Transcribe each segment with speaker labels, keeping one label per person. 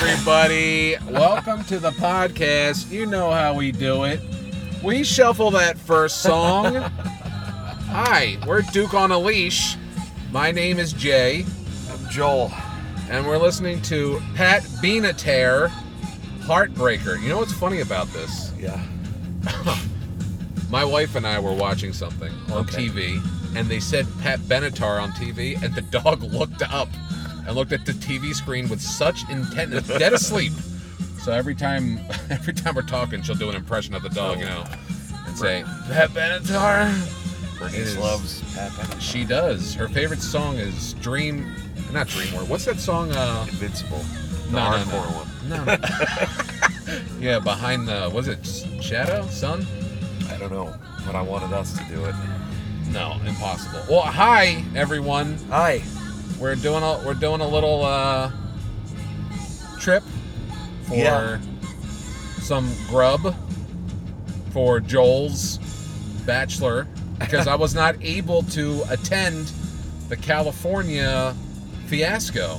Speaker 1: everybody. Welcome to the podcast. You know how we do it. We shuffle that first song. Hi, we're Duke on a Leash. My name is Jay,
Speaker 2: I'm Joel.
Speaker 1: and we're listening to Pat Benatar, Heartbreaker. You know what's funny about this?
Speaker 2: Yeah.
Speaker 1: My wife and I were watching something on
Speaker 2: Okay.
Speaker 1: TV, and they said Pat Benatar on TV, and the dog looked up and looked at the TV screen with such intent, it's dead asleep. So every time, every time we're talking, she'll do an impression of the dog, you know, and say Pat Benatar. It
Speaker 2: Bernice
Speaker 1: is-
Speaker 2: loves Pat Benatar.
Speaker 1: She does. Her favorite song is Dream, not Dream War. What's that song? Uh,
Speaker 2: Invincible. The
Speaker 1: No, no, no.
Speaker 2: hardcore one.
Speaker 1: no. no. yeah, behind the was it Shadow Sun?
Speaker 2: I don't know, but I wanted us to do it.
Speaker 1: No, impossible. Well, hi everyone.
Speaker 2: Hi.
Speaker 1: We're doing a we're doing a little uh, trip for
Speaker 2: Yeah.
Speaker 1: some grub for Joel's bachelor because I was not able to attend the California fiasco.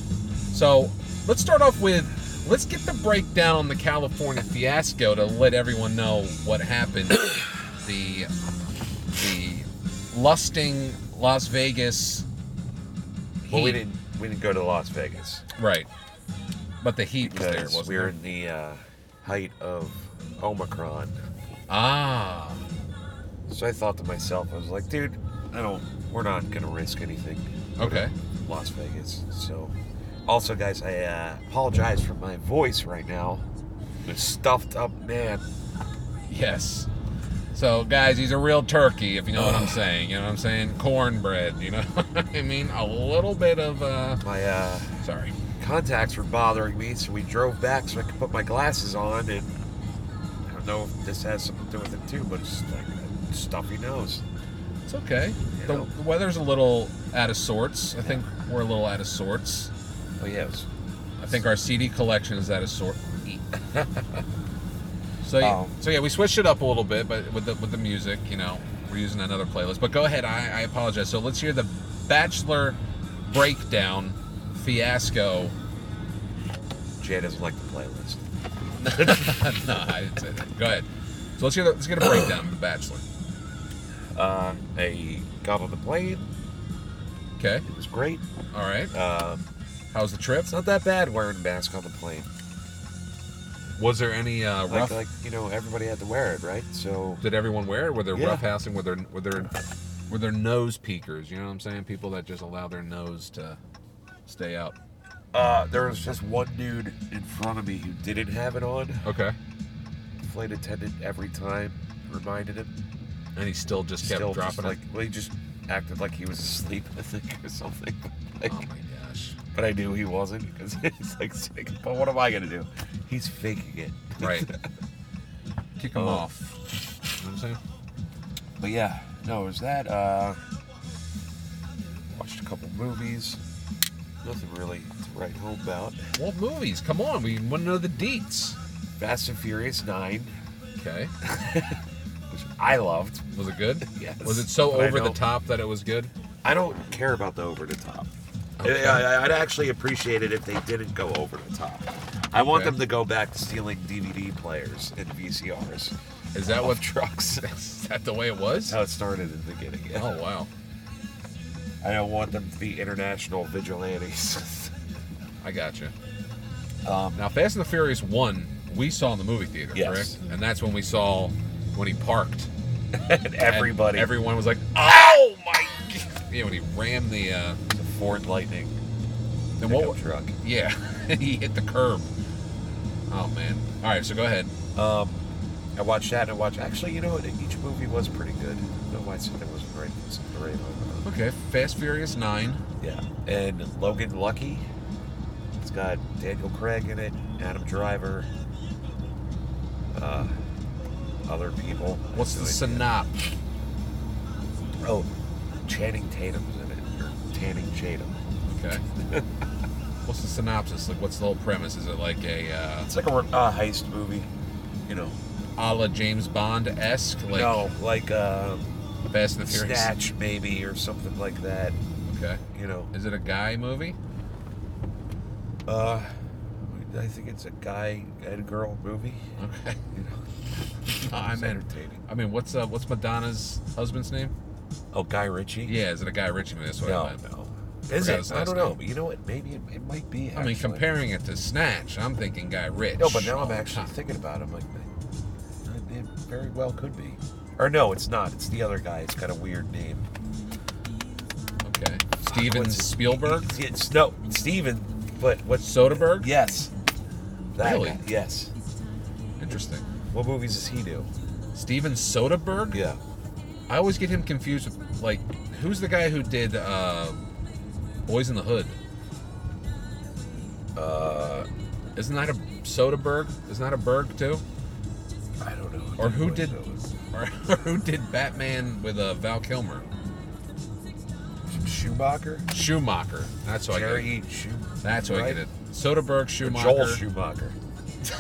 Speaker 1: So let's start off with let's get the breakdown on the California fiasco to let everyone know what happened. the the lusting Las Vegas.
Speaker 2: Well, we
Speaker 1: heat.
Speaker 2: didn't we didn't go to Las Vegas
Speaker 1: Right. But the heat was there,
Speaker 2: because
Speaker 1: wasn't
Speaker 2: we were
Speaker 1: there?
Speaker 2: in the uh, height of Omicron.
Speaker 1: Ah.
Speaker 2: So I thought to myself, I was like, dude, I don't. We're not gonna risk anything.
Speaker 1: Okay.
Speaker 2: Las Vegas. So, also, guys, I uh, apologize for my voice right now. It's stuffed up, man.
Speaker 1: Yes. So, guys, he's a real turkey, if you know what I'm saying. You know what I'm saying? Cornbread, you know what I mean? A little bit of, uh,
Speaker 2: My uh,
Speaker 1: sorry.
Speaker 2: contacts were bothering me, so we drove back so I could put my glasses on. And I don't know if this has something to do with it too, but it's like a stuffy nose.
Speaker 1: It's okay.
Speaker 2: You
Speaker 1: The,
Speaker 2: know.
Speaker 1: the weather's a little out of sorts. I think we're a little out of sorts.
Speaker 2: Oh yeah, it was,
Speaker 1: I think our CD collection is out of sort. so,
Speaker 2: Oh.
Speaker 1: so yeah, we switched it up a little bit, but with the with the music, you know, we're using another playlist. But go ahead, I, I apologize. So let's hear the Bachelor breakdown fiasco.
Speaker 2: Jay doesn't like the playlist.
Speaker 1: no, I didn't say that. Go ahead. So let's hear the, let's get a breakdown of the Bachelor.
Speaker 2: Uh, I got on the plane.
Speaker 1: Okay,
Speaker 2: It was great.
Speaker 1: all right.
Speaker 2: Um
Speaker 1: How's the trip?
Speaker 2: it's not that bad wearing a mask on the plane.
Speaker 1: Was there any uh,
Speaker 2: Like,
Speaker 1: rough?
Speaker 2: like you know, everybody had to wear it, right? So
Speaker 1: did everyone wear it? Were there
Speaker 2: Yeah.
Speaker 1: rough housing? Were there were there were there nose peekers? You know what I'm saying? People that just allow their nose to stay out.
Speaker 2: Uh, there was just one dude in front of me who didn't have it on.
Speaker 1: Okay.
Speaker 2: Flight attendant every time reminded him.
Speaker 1: And he still just kept
Speaker 2: Still
Speaker 1: dropping
Speaker 2: just like, well, he just acted like he was asleep, I think, or something.
Speaker 1: it.
Speaker 2: Like,
Speaker 1: Oh my gosh.
Speaker 2: but I knew he wasn't because he's like, sick. But what am I gonna do? He's faking it.
Speaker 1: Right. Kick him
Speaker 2: Oh.
Speaker 1: off. You know what I'm saying?
Speaker 2: But yeah, no, it was that. Uh, watched a couple movies. Nothing really to write home about.
Speaker 1: What movies? Come on, we want to know the deets.
Speaker 2: Fast and Furious Nine,
Speaker 1: Okay.
Speaker 2: which I loved.
Speaker 1: Was it good?
Speaker 2: Yes.
Speaker 1: Was it so
Speaker 2: But I
Speaker 1: over the
Speaker 2: don't-
Speaker 1: top that it was good?
Speaker 2: I don't care about the over the top.
Speaker 1: Okay.
Speaker 2: I, would actually appreciate it if they didn't go over the top. I want
Speaker 1: Okay.
Speaker 2: them to go back to stealing DVD players and VCRs.
Speaker 1: Is that
Speaker 2: off
Speaker 1: what?
Speaker 2: trucks?
Speaker 1: Is that the way it was?
Speaker 2: That's how it started in the beginning.
Speaker 1: Oh wow.
Speaker 2: I don't want them to be international vigilantes.
Speaker 1: I gotcha.
Speaker 2: um,
Speaker 1: Now, Fast and the Furious one, we saw in the movie theater,
Speaker 2: Yes.
Speaker 1: correct? And that's when we saw when he parked.
Speaker 2: and
Speaker 1: And
Speaker 2: everybody, every
Speaker 1: everyone was like, "Oh my!" God." Yeah, when he rammed the. Uh,
Speaker 2: Ford Lightning
Speaker 1: and
Speaker 2: pickup
Speaker 1: what?
Speaker 2: truck.
Speaker 1: Yeah, he hit the curb. Oh man! All right, so go ahead.
Speaker 2: Um, I watched that and I watched. Actually, you know what? Each movie was pretty good. I don't know why I said it wasn't right. It was in the radar.
Speaker 1: Okay, Fast Furious Nine.
Speaker 2: Yeah. And Logan Lucky. It's got Daniel Craig in it, Adam Driver, uh, other people.
Speaker 1: What's the
Speaker 2: So
Speaker 1: synopsis?
Speaker 2: it- Oh, Channing Tatum's in it. Or Tanning Tatum.
Speaker 1: Okay. what's the synopsis? Like, what's the whole premise? Is it like a uh,
Speaker 2: It's like a re- uh, heist movie, you know.
Speaker 1: a la James Bond esque, like
Speaker 2: no, like um,
Speaker 1: Fast and the Furious?
Speaker 2: Snatch maybe or something like that,
Speaker 1: Okay.
Speaker 2: you know.
Speaker 1: Is it a guy movie?
Speaker 2: Uh, I think it's a guy and girl movie.
Speaker 1: Okay.
Speaker 2: You know,
Speaker 1: I'm
Speaker 2: it's
Speaker 1: in.
Speaker 2: entertaining.
Speaker 1: I mean, what's uh, what's Madonna's husband's name?
Speaker 2: Oh, Guy Ritchie.
Speaker 1: Yeah, is it a guy Richie? That's what I
Speaker 2: No,
Speaker 1: meant.
Speaker 2: no. Is
Speaker 1: Forgot
Speaker 2: it?
Speaker 1: his
Speaker 2: I
Speaker 1: last
Speaker 2: don't know.
Speaker 1: name.
Speaker 2: But you know what? Maybe it, it might be.
Speaker 1: I mean,
Speaker 2: actually.
Speaker 1: comparing it to Snatch, I'm thinking Guy Rich.
Speaker 2: No, but now I'm
Speaker 1: all the
Speaker 2: actually
Speaker 1: time.
Speaker 2: thinking about it. I'm like, it- it very well could be. Or no, it's not. It's the other guy. It's got a weird name.
Speaker 1: Okay. Steven
Speaker 2: What's it-
Speaker 1: Spielberg?
Speaker 2: It's, it's- no, Steven. But what's
Speaker 1: Soderbergh?
Speaker 2: yes? That
Speaker 1: Really?
Speaker 2: guy, yes.
Speaker 1: Interesting.
Speaker 2: What movies does he do?
Speaker 1: Steven Soderbergh?
Speaker 2: Yeah.
Speaker 1: I always get him confused with, like, who's the guy who did uh, Boys in the Hood?
Speaker 2: Uh,
Speaker 1: Isn't that a Soderbergh? Isn't that a Berg, too?
Speaker 2: I don't know.
Speaker 1: Or who did-
Speaker 2: those?
Speaker 1: Or who did Batman with uh, Val Kilmer?
Speaker 2: Schumacher?
Speaker 1: Schumacher. That's what I get.
Speaker 2: Jerry Schumacher.
Speaker 1: it. That's what I
Speaker 2: right?
Speaker 1: get it. Soderbergh, Schumacher.
Speaker 2: Joel Schumacher.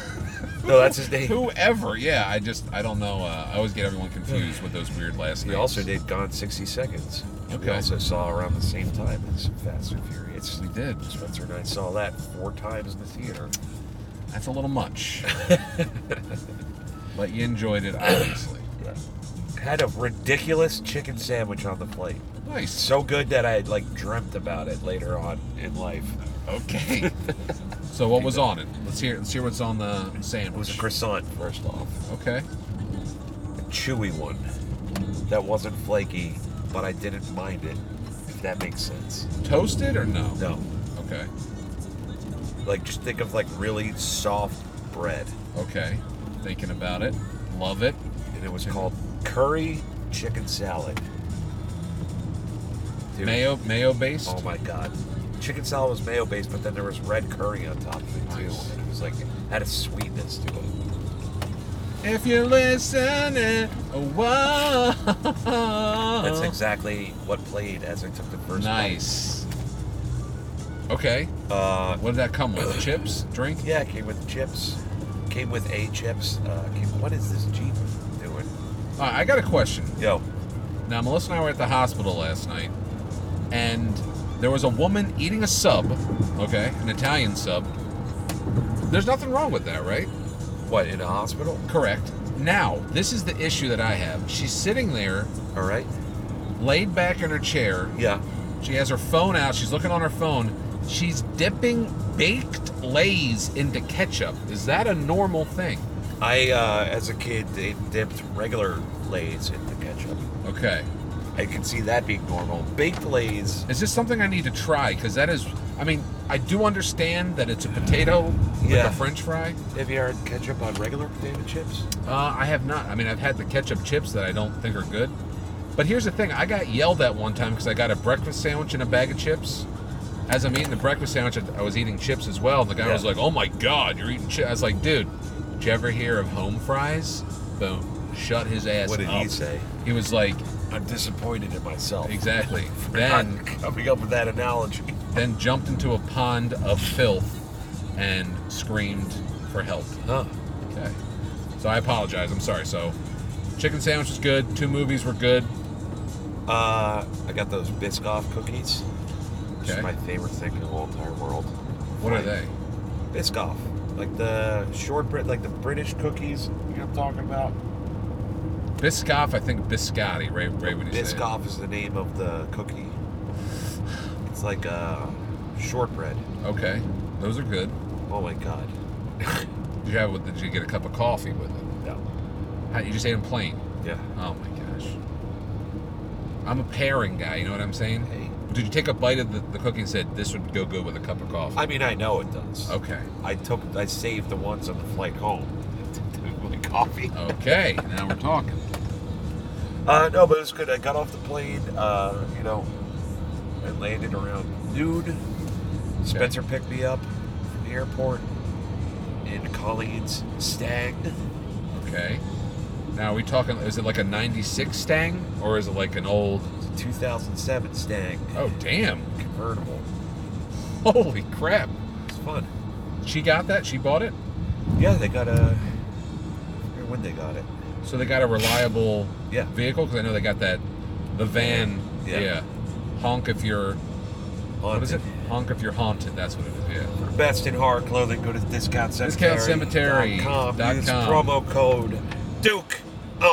Speaker 2: no, that's his name.
Speaker 1: Whoever, yeah, I just I don't know. Uh, I always get everyone confused with those weird last names.
Speaker 2: He also did Gone 60 Seconds. We
Speaker 1: Okay.
Speaker 2: also saw around the same time as Fast and Furious.
Speaker 1: We did.
Speaker 2: Spencer and I saw that four times in the theater.
Speaker 1: That's a little much. but you enjoyed it, obviously.
Speaker 2: Yeah. Had a ridiculous chicken sandwich on the plate.
Speaker 1: Nice.
Speaker 2: So good that I like dreamt about it later on in life.
Speaker 1: Okay. so what was on it? Let's hear. Let's hear what's on the
Speaker 2: It was a
Speaker 1: sandwich.
Speaker 2: croissant, first off.
Speaker 1: Okay.
Speaker 2: A chewy one. That wasn't flaky, but I didn't mind it, if that makes sense.
Speaker 1: Toasted or no?
Speaker 2: No.
Speaker 1: Okay.
Speaker 2: Like, just think of like really soft bread.
Speaker 1: Okay. Thinking about it. Love it.
Speaker 2: and it was called curry chicken salad. Dude,
Speaker 1: Mayo. Mayo based.
Speaker 2: Oh my god. Chicken salad was mayo based, but then there was red curry on top of it too.
Speaker 1: Nice.
Speaker 2: And it was like had a sweetness to it.
Speaker 1: If you're listening, whoa.
Speaker 2: That's exactly what played as I took the first
Speaker 1: Nice. Okay.
Speaker 2: bite. Uh,
Speaker 1: What did that come with? Chips? Drink?
Speaker 2: yeah, it came with chips. Came with a chips. Uh, came, what is this Jeep doing?
Speaker 1: All right, I got a question.
Speaker 2: Yo,
Speaker 1: Now, Melissa and I were at the hospital last night, and there was a woman eating a sub, okay, an Italian sub. There's nothing wrong with that, right?
Speaker 2: what in a hospital?
Speaker 1: Correct. Now, this is the issue that I have. She's sitting there,
Speaker 2: All right.
Speaker 1: laid back in her chair.
Speaker 2: Yeah.
Speaker 1: She has her phone out. She's looking on her phone. She's dipping baked Lay's into ketchup. Is that a normal thing?
Speaker 2: I uh, as a kid they dipped regular Lay's in the ketchup.
Speaker 1: Okay.
Speaker 2: I can see that being normal. Baked Lay's
Speaker 1: Is this something I need to try? Because that is, I mean, I do understand that it's a potato with
Speaker 2: Yeah.
Speaker 1: a French fry.
Speaker 2: Have you ever had ketchup on regular potato chips?
Speaker 1: Uh, I have not. I mean, I've had the ketchup chips that I don't think are good. But here's the thing: I got yelled at one time because I got a breakfast sandwich and a bag of chips. As I'm eating the breakfast sandwich, I- I was eating chips as well. The guy
Speaker 2: Yeah.
Speaker 1: was like, "Oh my god, you're eating chips!" I was like, "Dude, did you ever hear of home fries?" Boom, shut his ass
Speaker 2: What did he
Speaker 1: up.
Speaker 2: say?
Speaker 1: He was like,
Speaker 2: I'm disappointed in myself.
Speaker 1: "Exactly."
Speaker 2: I'm
Speaker 1: then
Speaker 2: coming up with that analogy.
Speaker 1: then jumped into a pond of filth and screamed for help.
Speaker 2: Huh.
Speaker 1: Okay. So I apologize. I'm sorry. So, chicken sandwich was good. Two movies were good.
Speaker 2: Uh, I got those Biscoff cookies. Which
Speaker 1: Okay.
Speaker 2: is my favorite thing in the whole entire world.
Speaker 1: What are
Speaker 2: Fine.
Speaker 1: they?
Speaker 2: Biscoff. Like the shortbread, like the British cookies. You know what I'm talking about?
Speaker 1: Biscoff, I think biscotti. Right, right when you say
Speaker 2: Biscoff is the name of the cookie. It's like uh, shortbread.
Speaker 1: it. Okay, those are good.
Speaker 2: Oh my god.
Speaker 1: Did you have? it with- Did you get a cup of coffee with it?
Speaker 2: No.
Speaker 1: How, you just ate them plain.
Speaker 2: Yeah.
Speaker 1: Oh my gosh. I'm a pairing guy. You know what I'm saying?
Speaker 2: Hey.
Speaker 1: Did you take a bite of the, the cookie and said this would go good with a cup of coffee?
Speaker 2: I mean, I know it does.
Speaker 1: okay.
Speaker 2: I took, I saved the ones on the flight home. My coffee.
Speaker 1: Okay. now we're talking.
Speaker 2: Uh, no, but it was good. I got off the plane, uh, you know, and landed around noon. Spencer picked me up from the airport in Colleen's Stag.
Speaker 1: Okay. Now are we talking? Is it like a '96 Stang or is it like an old?
Speaker 2: 2007 Stag
Speaker 1: Oh damn!
Speaker 2: convertible.
Speaker 1: Holy crap!
Speaker 2: It's fun.
Speaker 1: She got that. She bought it.
Speaker 2: Yeah, they got a. I forget When they got it,
Speaker 1: So they got a reliable
Speaker 2: Yeah.
Speaker 1: vehicle because I know they got that the van.
Speaker 2: Yeah.
Speaker 1: Yeah. Honk if you're.
Speaker 2: Haunted.
Speaker 1: What is it? Hunk if you're haunted. That's what it is. Yeah.
Speaker 2: For the best in horror clothing, go to discount cemetery.
Speaker 1: DiscountCemetery.com.
Speaker 2: Use promo code Duke on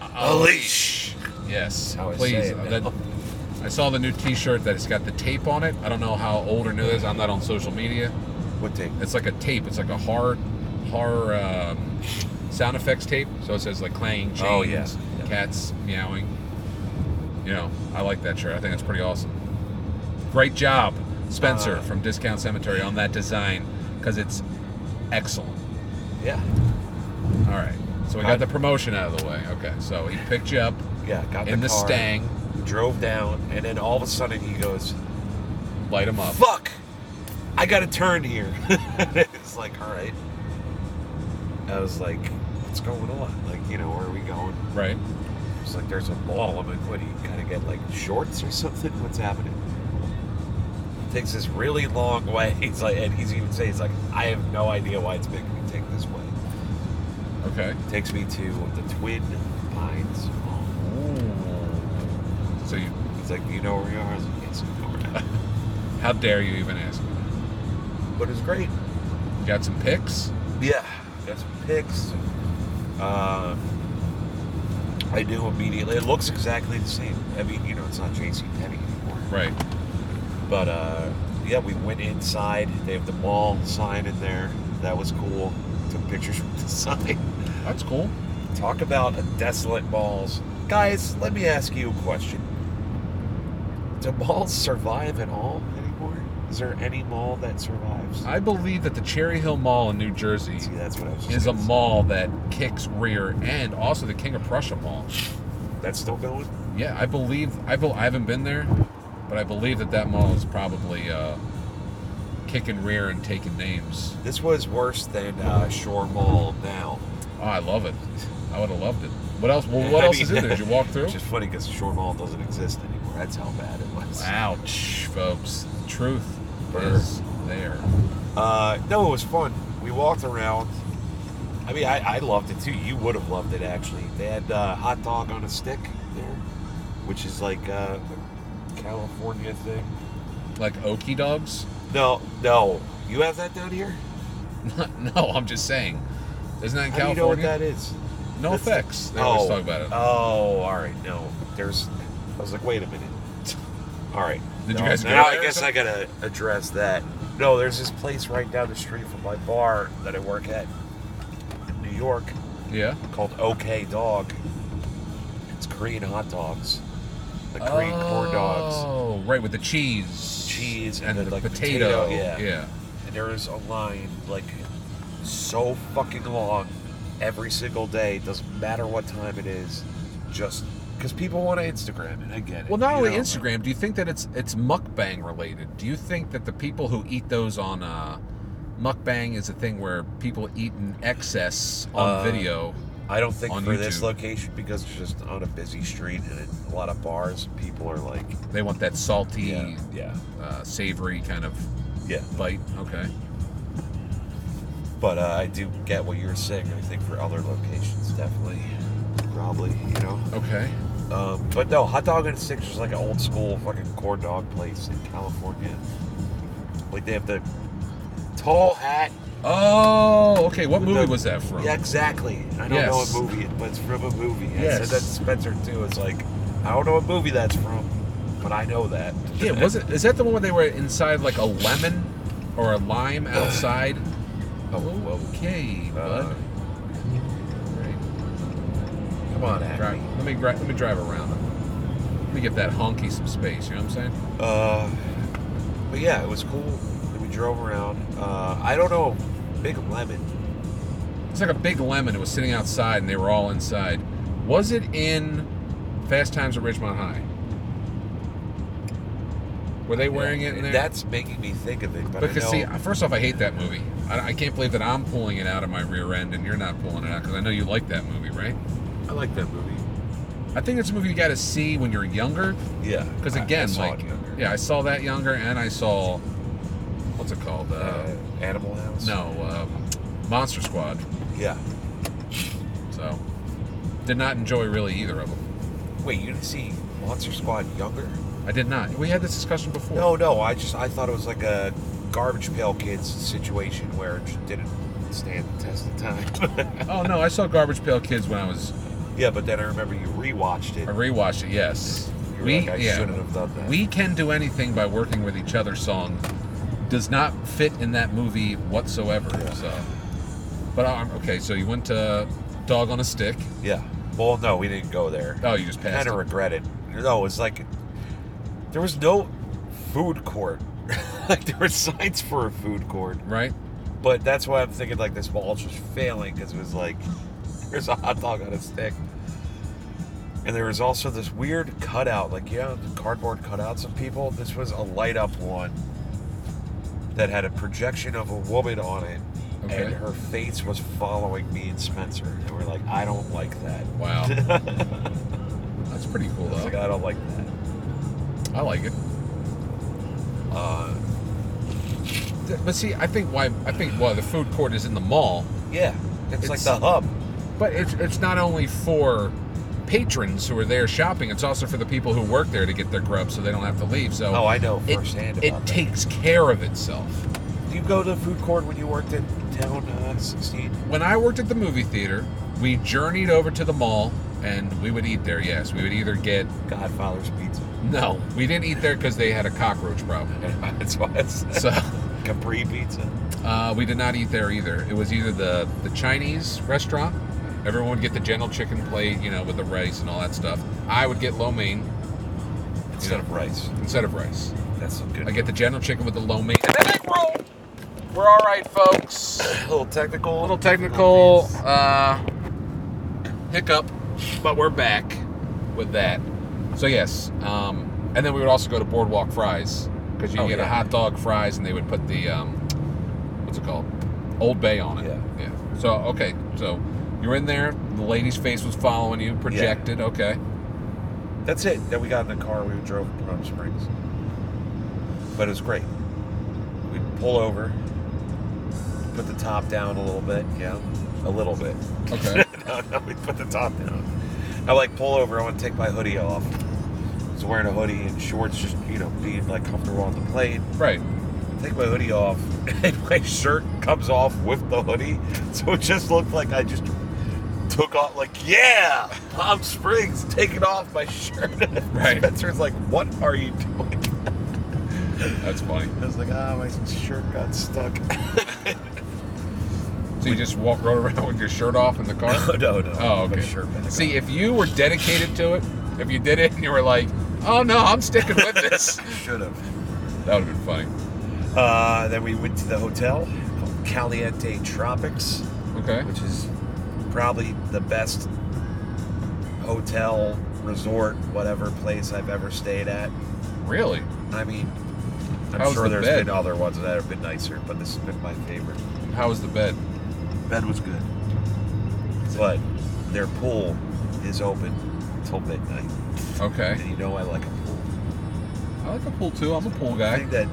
Speaker 1: Uh-huh.
Speaker 2: a leash.
Speaker 1: Uh, Yes.
Speaker 2: how I
Speaker 1: please.
Speaker 2: say it
Speaker 1: uh,
Speaker 2: now.
Speaker 1: that- I saw the new T-shirt that it's got the tape on it. I don't know how old or new it is. I'm not on social media.
Speaker 2: What take?
Speaker 1: It's like a tape. It's like a hard, horror um, sound effects tape. So it says like clang, chains,
Speaker 2: Oh, yeah. Yeah.
Speaker 1: cats meowing. You know, I like that shirt. I think that's pretty awesome. Great job, Spencer
Speaker 2: Uh,
Speaker 1: from Discount Cemetery on that design because it's excellent.
Speaker 2: Yeah.
Speaker 1: All right. So we got the promotion out of the way. Okay. So he picked you up
Speaker 2: Yeah. Got
Speaker 1: in the
Speaker 2: car,
Speaker 1: Stang,
Speaker 2: Drove down, and then all of a sudden he goes,
Speaker 1: light him up.
Speaker 2: "Fuck, I got to turn here." it's like, all right. I was like, "What's going on? Like, you know, where are we going?"
Speaker 1: Right.
Speaker 2: It's like there's a ball. I'm like, what do you gotta get like shorts or something? What's happening? takes this really long way. He's like, and he's even saying, he's like, I have no idea why it's making me take this way.
Speaker 1: Okay.
Speaker 2: takes me to the Twin Pines Mall.
Speaker 1: So you,
Speaker 2: He's like, you know where we are? I was like, yes, I know where we are."
Speaker 1: how dare you even ask? me?
Speaker 2: But it's great.
Speaker 1: Got some pics.
Speaker 2: Yeah. Got some pics. Uh, I knew immediately. It looks exactly the same. I mean, you know, it's not JC Penny anymore.
Speaker 1: Right.
Speaker 2: But uh, yeah, we went inside. They have the mall sign in there. That was cool. Took pictures with the sign.
Speaker 1: That's cool.
Speaker 2: Talk about a desolate malls. Guys, let me ask you a question. Do malls survive at all anymore? Is there any mall that survives?
Speaker 1: I believe that the Cherry Hill Mall in New Jersey
Speaker 2: See, that's what I was. just
Speaker 1: is a
Speaker 2: gonna
Speaker 1: mall that kicks rear and also the King of Prussia Mall.
Speaker 2: say. That's still going.
Speaker 1: Yeah, I believe I, bel I haven't been there, but I believe that that mall is probably uh, kicking rear and taking names.
Speaker 2: This was worse than uh, Shore Mall now.
Speaker 1: Oh, I love it. I would have loved it. What else? Well, what
Speaker 2: I
Speaker 1: else
Speaker 2: mean,
Speaker 1: is in there? Did you walk through?
Speaker 2: Which is funny because Shore Mall doesn't exist anymore. That's how bad it was.
Speaker 1: Ouch, folks. Truth
Speaker 2: Burr.
Speaker 1: is there.
Speaker 2: Uh, no, it was fun. We walked around. I mean, I, I loved it too. You would have loved it actually. They had uh, hot dog on a stick there, which is like uh, a California thing.
Speaker 1: Like Okie Dogs?
Speaker 2: No, no, you have that down here.
Speaker 1: no, I'm just saying. Isn't that in
Speaker 2: How do you know what
Speaker 1: California?
Speaker 2: that is?
Speaker 1: no
Speaker 2: That's-
Speaker 1: effects. They always talk about it.
Speaker 2: Oh, all right. No, there's. I was like, wait a minute. All right.
Speaker 1: Did
Speaker 2: no,
Speaker 1: you guys go
Speaker 2: now I
Speaker 1: there or
Speaker 2: guess I gotta address that. No, there's this place right down the street from my bar that I work at in New York.
Speaker 1: yeah.
Speaker 2: called OK Dog. It's Korean hot dogs, the Korean corn dogs.
Speaker 1: Oh, right with the cheese,
Speaker 2: Cheese
Speaker 1: and,
Speaker 2: and
Speaker 1: the
Speaker 2: then, like,
Speaker 1: potato.
Speaker 2: potato, yeah.
Speaker 1: yeah.
Speaker 2: And there is a line like so fucking long every single day. Doesn't matter what time it is, just because people want to Instagram it. I get it.
Speaker 1: Well, not
Speaker 2: you
Speaker 1: only
Speaker 2: know,
Speaker 1: Instagram. Do you think that it's it's mukbang related? Do you think that the people who eat those on uh, mukbang is a thing where people eat in excess on
Speaker 2: Uh,
Speaker 1: video?
Speaker 2: I don't think
Speaker 1: on
Speaker 2: for this
Speaker 1: YouTube.
Speaker 2: location because it's just on a busy street and it, a lot of bars. People are like,
Speaker 1: They want that salty,
Speaker 2: yeah, yeah,
Speaker 1: uh, savory kind of
Speaker 2: yeah.
Speaker 1: bite. Okay.
Speaker 2: But uh, I do get what you're saying. I think for other locations, definitely, probably, you know.
Speaker 1: Okay.
Speaker 2: Um, but no, hot dog and sticks is like an old school fucking corn dog place in California. Like they have the tall hat.
Speaker 1: Oh, okay. What
Speaker 2: with
Speaker 1: movie
Speaker 2: the-
Speaker 1: was that from?
Speaker 2: Yeah, exactly. I don't
Speaker 1: Yes.
Speaker 2: know a movie, but it's from a movie. I
Speaker 1: Yes.
Speaker 2: said that to Spencer too. It's like I don't know what movie that's from, but I know that.
Speaker 1: Yeah, was it? Is that the one where they were inside like a lemon or a lime outside? Oh, okay,
Speaker 2: Uh,
Speaker 1: bud. Right.
Speaker 2: Come on,
Speaker 1: Drive,
Speaker 2: Acme.
Speaker 1: let me gri- let me drive around. Let me give that honky some space. You know what I'm saying?
Speaker 2: Uh, but yeah, it was cool. that We drove around. Uh, I don't know, Big Lemon.
Speaker 1: It's like a big lemon. It was sitting outside, and they were all inside. Was it in Fast Times at Ridgemont High? Were they wearing it in there?
Speaker 2: That's making me think of it. But
Speaker 1: Because
Speaker 2: I
Speaker 1: see,
Speaker 2: know,
Speaker 1: first off, I hate that movie. I, I can't believe that I'm pulling it out of my rear end and you're not pulling it out because I know you like that movie, right?
Speaker 2: I like that movie.
Speaker 1: I think it's a movie you got to see when you're younger
Speaker 2: Yeah.
Speaker 1: because
Speaker 2: I- I
Speaker 1: again,
Speaker 2: saw it
Speaker 1: like
Speaker 2: younger.
Speaker 1: yeah, I saw that younger and I saw what's it called? Uh,
Speaker 2: Uh, Animal House.
Speaker 1: no, uh, Monster Squad.
Speaker 2: Yeah.
Speaker 1: So did not enjoy really either of them.
Speaker 2: Wait, you didn't see Monster Squad younger?
Speaker 1: I did not. We had this discussion before.
Speaker 2: No, no. I just I thought it was like a garbage pail kids situation where it just didn't stand the test of time.
Speaker 1: Oh no, I saw Garbage Pail Kids when I was.
Speaker 2: yeah, but then I remember you rewatched it.
Speaker 1: I rewatched it. Yes.
Speaker 2: You were like, I shouldn't have done that.
Speaker 1: We can do anything by working with each other. Song does not fit in that movie whatsoever.
Speaker 2: Yeah.
Speaker 1: So, but I'm okay. So you went to Dog on a Stick.
Speaker 2: yeah. Well, no, we didn't go there.
Speaker 1: Oh, you just passed.
Speaker 2: kind of
Speaker 1: it.
Speaker 2: regret it. No, it's like there was no food court. like there were signs for a food court,
Speaker 1: Right.
Speaker 2: but that's why I'm thinking like this mall was failing because it was like there's a hot dog on a stick, and there was also this weird cutout, like you know, the cardboard cutouts of people. This was a light up one that had a projection of a woman on it.
Speaker 1: Okay.
Speaker 2: And her face was following me and Spencer. And we're like, I don't like that.
Speaker 1: Wow. That's pretty cool
Speaker 2: I was like,
Speaker 1: though.
Speaker 2: I don't like that.
Speaker 1: I like it.
Speaker 2: Uh,
Speaker 1: Th- But see, I think why I think why the food court is in the mall,
Speaker 2: Yeah, it's, like
Speaker 1: It's-
Speaker 2: the hub.
Speaker 1: but it's it's not only for patrons who are there shopping. It's also for the people who work there to get their grub, so they don't have to leave. So
Speaker 2: Oh, I know
Speaker 1: it,
Speaker 2: firsthand
Speaker 1: it
Speaker 2: about
Speaker 1: takes care of itself.
Speaker 2: that. Do you go to the food court when you worked at Town uh, 16?
Speaker 1: When I worked at the movie theater, we journeyed over to the mall and we would eat there. Yes, we would either get
Speaker 2: Godfather's Pizza.
Speaker 1: no, we didn't eat there because they had a cockroach problem.
Speaker 2: That's why it's
Speaker 1: So
Speaker 2: Capri Pizza.
Speaker 1: uh, we did not eat there either. It was either the the Chinese restaurant. Everyone would get the gentle chicken plate, you know, with the rice and all that stuff. I would get lo mein
Speaker 2: Instead of rice.
Speaker 1: instead of rice.
Speaker 2: That's some good.
Speaker 1: I get the gentle chicken with the lo mein. And then I roll. We're all right, folks.
Speaker 2: a little technical.
Speaker 1: little technical uh, hiccup, but we're back with that. So yes, um, and then we would also go to Boardwalk Fries because you
Speaker 2: Oh,
Speaker 1: get a
Speaker 2: yeah.
Speaker 1: hot dog fries, and they would put the um, what's it called, Old Bay on it.
Speaker 2: Yeah.
Speaker 1: yeah. So okay, so you're in there. The lady's face was following you, projected. Okay.
Speaker 2: That's it. Then we got in the car. We drove to Palm Springs. But it was great. We'd pull over, put the top down a little bit. Yeah, a little bit.
Speaker 1: Okay.
Speaker 2: no, no, we put the top down. I like pull over. I want to take my hoodie off. I was wearing a hoodie and shorts, just you know, being like comfortable on the plane.
Speaker 1: right.
Speaker 2: Take my hoodie off, and my shirt comes off with the hoodie, so it just looked like I just took off. Like, yeah, Palm Springs, taking off my shirt.
Speaker 1: Right.
Speaker 2: Spencer's like, "What are you doing?"
Speaker 1: That's funny.
Speaker 2: I was like, "Ah, my shirt got stuck."
Speaker 1: So you just walk right around with your shirt off in the car.
Speaker 2: no, no, no.
Speaker 1: Oh,
Speaker 2: My
Speaker 1: okay.
Speaker 2: shirt back
Speaker 1: See, if you were dedicated to it, if you did it and you were like, oh no, I'm sticking with this,
Speaker 2: should have.
Speaker 1: that would have been funny.
Speaker 2: Uh, then we went to the hotel called Caliente Tropics,
Speaker 1: Okay.
Speaker 2: which is probably the best hotel, resort, whatever place I've ever stayed at.
Speaker 1: Really?
Speaker 2: I mean, I'm
Speaker 1: How's
Speaker 2: sure
Speaker 1: the
Speaker 2: there's
Speaker 1: bed?
Speaker 2: been other ones that have been nicer, but this has been my favorite.
Speaker 1: How was the bed?
Speaker 2: Bed was good. But their pool is open till midnight.
Speaker 1: Okay.
Speaker 2: And you know I like a pool.
Speaker 1: I like a pool too. I'm a pool
Speaker 2: I
Speaker 1: guy.
Speaker 2: think that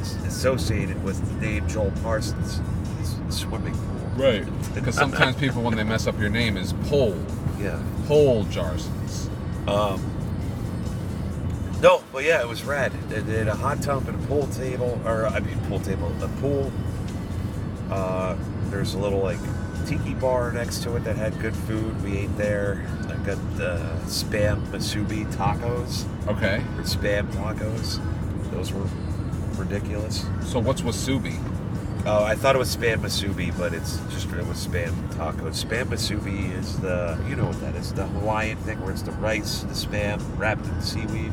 Speaker 2: is associated with the name Joel Parsons, his swimming pool.
Speaker 1: Right. Because sometimes people, when they mess up your name, is Pole.
Speaker 2: Yeah.
Speaker 1: Pole Jarsons.
Speaker 2: Um, no, but yeah, it was rad. They did a hot tub and a pool table, or I mean, pool table, a pool. Uh, there's a little like tiki bar next to it that had good food. We ate there. I got uh, spam masubi tacos
Speaker 1: Okay.
Speaker 2: or spam tacos. Those were ridiculous.
Speaker 1: So what's Wasubi?
Speaker 2: Oh, I thought it was spam masubi, but it's just it was spam tacos. Spam masubi is the you know what that is the Hawaiian thing where it's the rice, the spam wrapped in seaweed.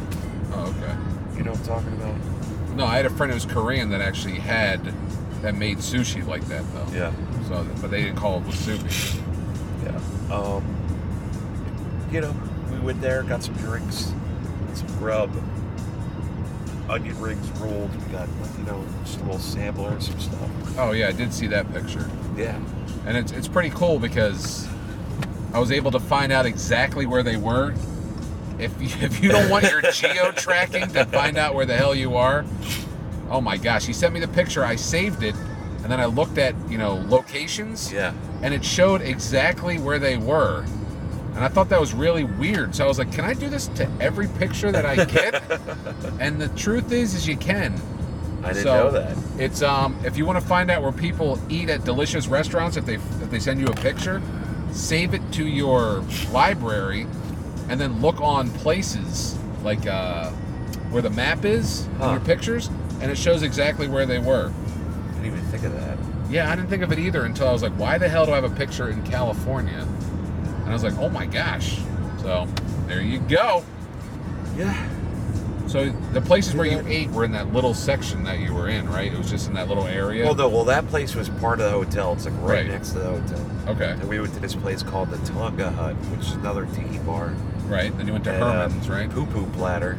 Speaker 1: Oh, okay.
Speaker 2: You know what I'm talking about?
Speaker 1: No, I had a friend who was Korean that actually had, that made sushi like that though.
Speaker 2: Yeah.
Speaker 1: So, but they didn't call it Wasubi.
Speaker 2: Yeah. Um, you know, we went there, got some drinks, some grub, onion rings rolled. We got, you know, just a little sampler and some stuff.
Speaker 1: Oh yeah, I did see that picture.
Speaker 2: Yeah.
Speaker 1: and it's, it's pretty cool because I was able to find out exactly where they were. If you, if you don't want your geo tracking to find out where the hell you are, oh my gosh! He sent me the picture. I saved it, and then I looked at you know locations,
Speaker 2: Yeah.
Speaker 1: and it showed exactly where they were. And And I thought that was really weird. So I was like, can I do this to every picture that I get? and the truth is, is you can.
Speaker 2: I didn't
Speaker 1: So,
Speaker 2: know that.
Speaker 1: It's um, if you want to find out where people eat at delicious restaurants, if they if they send you a picture, save it to your library, and then look on places like uh, where the map is
Speaker 2: Huh.
Speaker 1: in your pictures, and it shows exactly where they were.
Speaker 2: I didn't even think of that.
Speaker 1: Yeah, I didn't think of it either until I was like, why the hell do I have a picture in California? And I was like, oh my gosh. So there you go.
Speaker 2: Yeah.
Speaker 1: So the places where you ate were in that little section that you were in, right? It was just in that little area.
Speaker 2: Well, no. Well, that place was part of the hotel. It's like right,
Speaker 1: Right.
Speaker 2: next to the hotel.
Speaker 1: Okay.
Speaker 2: And we went to this place called the Tonga Hut, which is another tiki bar.
Speaker 1: Right. Then you went to
Speaker 2: And, um,
Speaker 1: Herman's, right?
Speaker 2: Poo poo platter,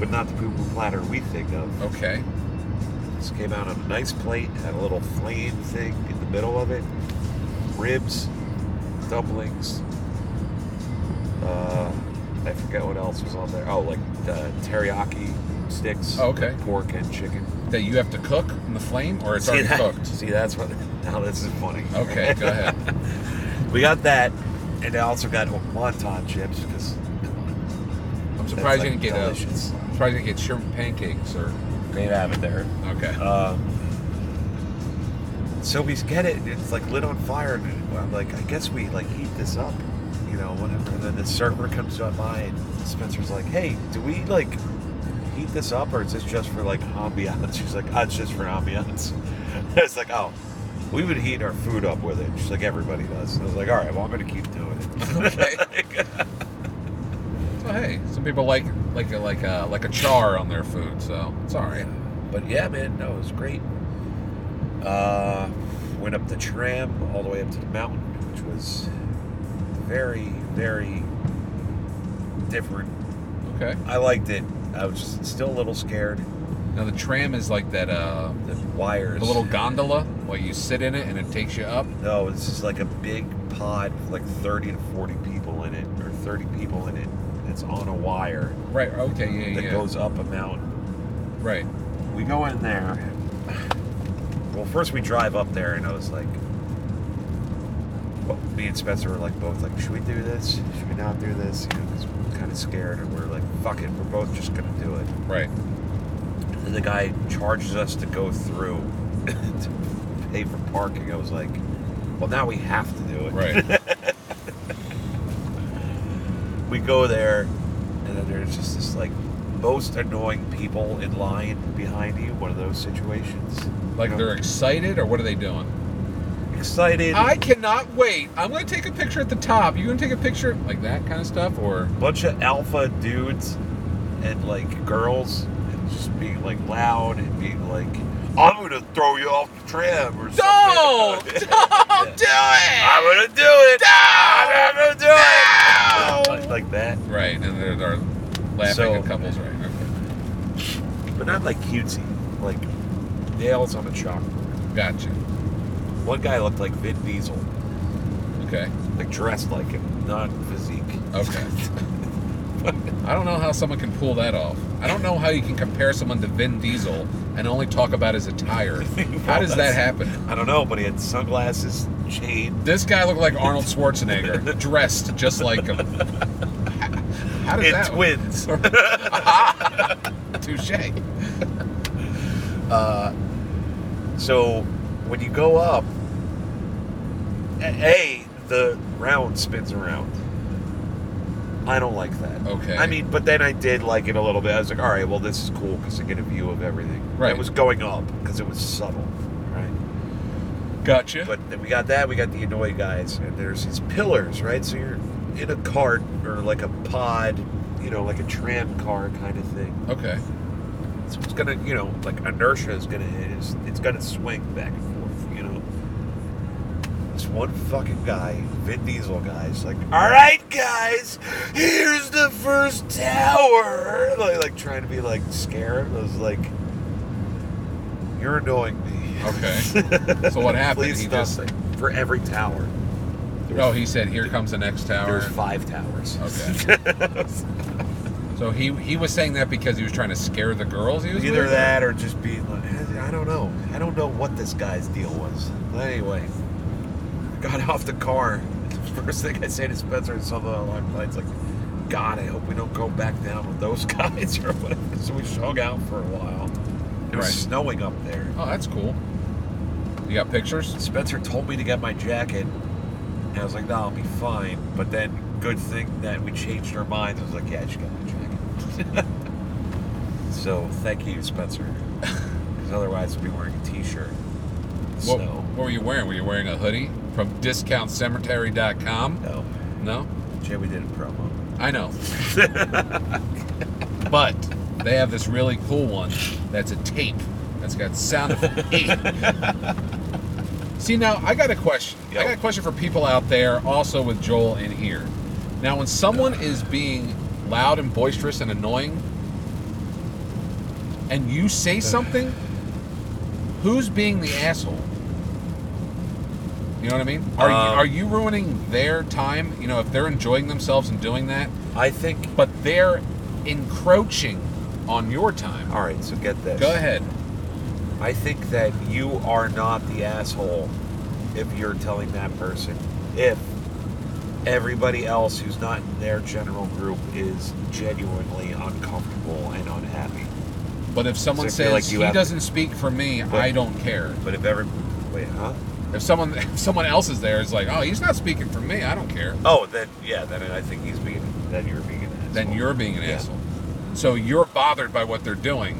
Speaker 2: but not the poo poo platter we think of.
Speaker 1: Okay.
Speaker 2: This came out on a nice plate, had a little flame thing in the middle of it, ribs, dumplings. Uh, I forget what else was on there. Oh, like uh, teriyaki sticks,
Speaker 1: Oh, okay.
Speaker 2: pork and chicken.
Speaker 1: That you have to cook in the flame, or it's already
Speaker 2: that-
Speaker 1: cooked.
Speaker 2: See, that's what. Now this is funny.
Speaker 1: Okay. Go ahead.
Speaker 2: We got that, and I also got wonton chips because
Speaker 1: I'm surprised you didn't get a, surprised you didn't get shrimp pancakes or.
Speaker 2: They have it there.
Speaker 1: Okay.
Speaker 2: Um, so we get it. and It's like lit on fire, and I'm like, I guess we like heat this up, you know, whatever. And then the server comes up by, and Spencer's like, Hey, do we like heat this up, or is this just for like ambiance? She's like, oh, It's just for ambiance. it's like, oh. We would heat our food up with it, just like everybody does. And I was like, all right, well, I'm going to keep doing it.
Speaker 1: Okay. so hey, some people like like a, like a like a char on their food, so it's all right.
Speaker 2: But yeah, man, no, it was great. Uh, went up the tram all the way up to the mountain, which was very, very different.
Speaker 1: Okay.
Speaker 2: I liked it. I was just still a little scared.
Speaker 1: Now the tram is like that uh
Speaker 2: The wires.
Speaker 1: the little gondola where you sit in it and it takes you up.
Speaker 2: No, this is like a big pod with like 30 to 40 people in it, or 30 people in it. That's on a wire
Speaker 1: Right. Okay. Yeah.
Speaker 2: that
Speaker 1: Yeah.
Speaker 2: goes up a mountain.
Speaker 1: right.
Speaker 2: We go in there. Well, first we drive up there, and I was like, well, me and Spencer were like both like, should we do this? Should we not do this? You know, 'cause we're kind of scared, and we're like, fuck it, we're both just gonna do it.
Speaker 1: Right.
Speaker 2: And then the guy charges us to go through to pay for parking. I was like, well, now we have to do it.
Speaker 1: Right.
Speaker 2: We go there, and then there's just this like most annoying people in line behind you. One of those situations.
Speaker 1: like they're excited or what are they doing?
Speaker 2: excited.
Speaker 1: I cannot wait. I'm gonna take a picture at the top. You gonna take a picture like that kind of stuff, or
Speaker 2: bunch of alpha dudes and like girls and just being like loud and being like, I'm gonna throw you off the tram or
Speaker 1: don't,
Speaker 2: something.
Speaker 1: don't do it.
Speaker 2: I'm gonna do it! I'm gonna do it!
Speaker 1: No!
Speaker 2: Like, like that.
Speaker 1: Right, and they're, they're laughing
Speaker 2: So-
Speaker 1: at couples, right? Okay.
Speaker 2: But not like cutesy. Like nails on a chalkboard.
Speaker 1: Gotcha.
Speaker 2: One guy looked like Vin Diesel.
Speaker 1: Okay.
Speaker 2: Like dressed like him, not physique.
Speaker 1: Okay. I don't know how someone can pull that off. I don't know how you can compare someone to Vin Diesel and only talk about his attire. How does that happen?
Speaker 2: I don't know, but he had sunglasses, chain,
Speaker 1: This guy looked like Arnold Schwarzenegger, dressed just like him. How does
Speaker 2: and
Speaker 1: that
Speaker 2: twins.
Speaker 1: Touche.
Speaker 2: Uh, so when you go up, a A, the round spins around. I don't like that.
Speaker 1: Okay.
Speaker 2: I mean, but then I did like it a little bit. I was like, all right, well, this is cool because I get a view of everything.
Speaker 1: Right.
Speaker 2: It was going up because it was subtle. Right.
Speaker 1: Gotcha.
Speaker 2: But then we got that. We got the annoying guys, and there's these pillars, right? So you're in a cart or like a pod, you know, like a tram car kind of thing.
Speaker 1: okay.
Speaker 2: So it's gonna, you know, like inertia is gonna, it's, it's gonna swing back and forth, you know. This one fucking guy, Vin Diesel guy's like, all right, guys, here's the first tower. Like, like trying to be like scared. I was like, you're annoying me.
Speaker 1: Okay. So what happened?
Speaker 2: Please
Speaker 1: He
Speaker 2: stop.
Speaker 1: just-
Speaker 2: for every tower. There
Speaker 1: Oh,
Speaker 2: was-
Speaker 1: he said, "Here comes the next
Speaker 2: there
Speaker 1: tower."
Speaker 2: was five towers.
Speaker 1: Okay. so he he was saying that because he was trying to scare the girls. He was
Speaker 2: Either
Speaker 1: with?
Speaker 2: that or just being like, I don't know. I don't know what this guy's deal was. But anyway, got off the car. first thing I say to Spencer is something along the lines like, God, I hope we don't go back down with those guys or whatever. So we hung out for a while. It was
Speaker 1: Right.
Speaker 2: snowing up there.
Speaker 1: Oh, that's cool. You got pictures?
Speaker 2: Spencer told me to get my jacket, and I was like, "No, I'll be fine." But then, good thing that we changed our minds. I was like, "Yeah, I should get my jacket." so thank you, Spencer, because otherwise I'd be wearing a T-shirt.
Speaker 1: What,
Speaker 2: Snow.
Speaker 1: what were you wearing? Were you wearing a hoodie from discountcemetery.com?
Speaker 2: No,
Speaker 1: No?
Speaker 2: Jay, we did a promo.
Speaker 1: I know. but they have this really cool one that's a tape that's got sound of eight. See, now I got a question.
Speaker 2: Yo.
Speaker 1: I got a question for people out there, also with Joel in here. Now, when someone is being loud and boisterous and annoying, and you say something, who's being the asshole? You know what I mean? Are
Speaker 2: Um,
Speaker 1: you, are you ruining their time? You know, if they're enjoying themselves and doing that,
Speaker 2: I think.
Speaker 1: but they're encroaching on your time.
Speaker 2: All right, so get this.
Speaker 1: Go ahead.
Speaker 2: I think that you are not the asshole if you're telling that person. If everybody else who's not in their general group is genuinely uncomfortable and unhappy.
Speaker 1: But if someone
Speaker 2: So I
Speaker 1: says
Speaker 2: feel like you
Speaker 1: he
Speaker 2: have to-
Speaker 1: doesn't speak for me,
Speaker 2: But-
Speaker 1: I don't care.
Speaker 2: But if every wait, huh?
Speaker 1: If someone if someone else is there is like, oh, he's not speaking for me, I don't care.
Speaker 2: Oh, then yeah, then I think he's being then you're being an asshole.
Speaker 1: Then you're being an
Speaker 2: Yeah.
Speaker 1: asshole. So you're bothered by what they're doing,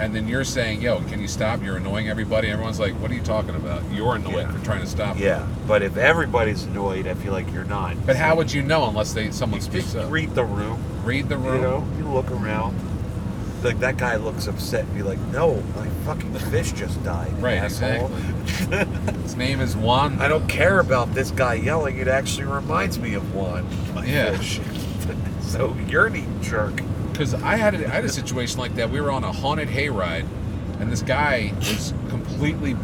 Speaker 1: and then you're saying, yo, can you stop? You're annoying everybody. Everyone's like, what are you talking about? You're annoyed
Speaker 2: Yeah.
Speaker 1: for trying to stop. me."
Speaker 2: Yeah, but if everybody's annoyed, I feel like you're not.
Speaker 1: But how would you know unless they someone speaks
Speaker 2: Just
Speaker 1: up?
Speaker 2: read the room.
Speaker 1: Read the room.
Speaker 2: You know, you look around. Like that guy looks upset. And be like, no, my fucking fish just died.
Speaker 1: Right,
Speaker 2: asshole.
Speaker 1: His name is Juan.
Speaker 2: I don't care about this guy yelling. It actually reminds me of one. My
Speaker 1: Yeah.
Speaker 2: fish. so you're the jerk.
Speaker 1: Because I had a, I had a situation like that. We were on a haunted hayride, and this guy was completely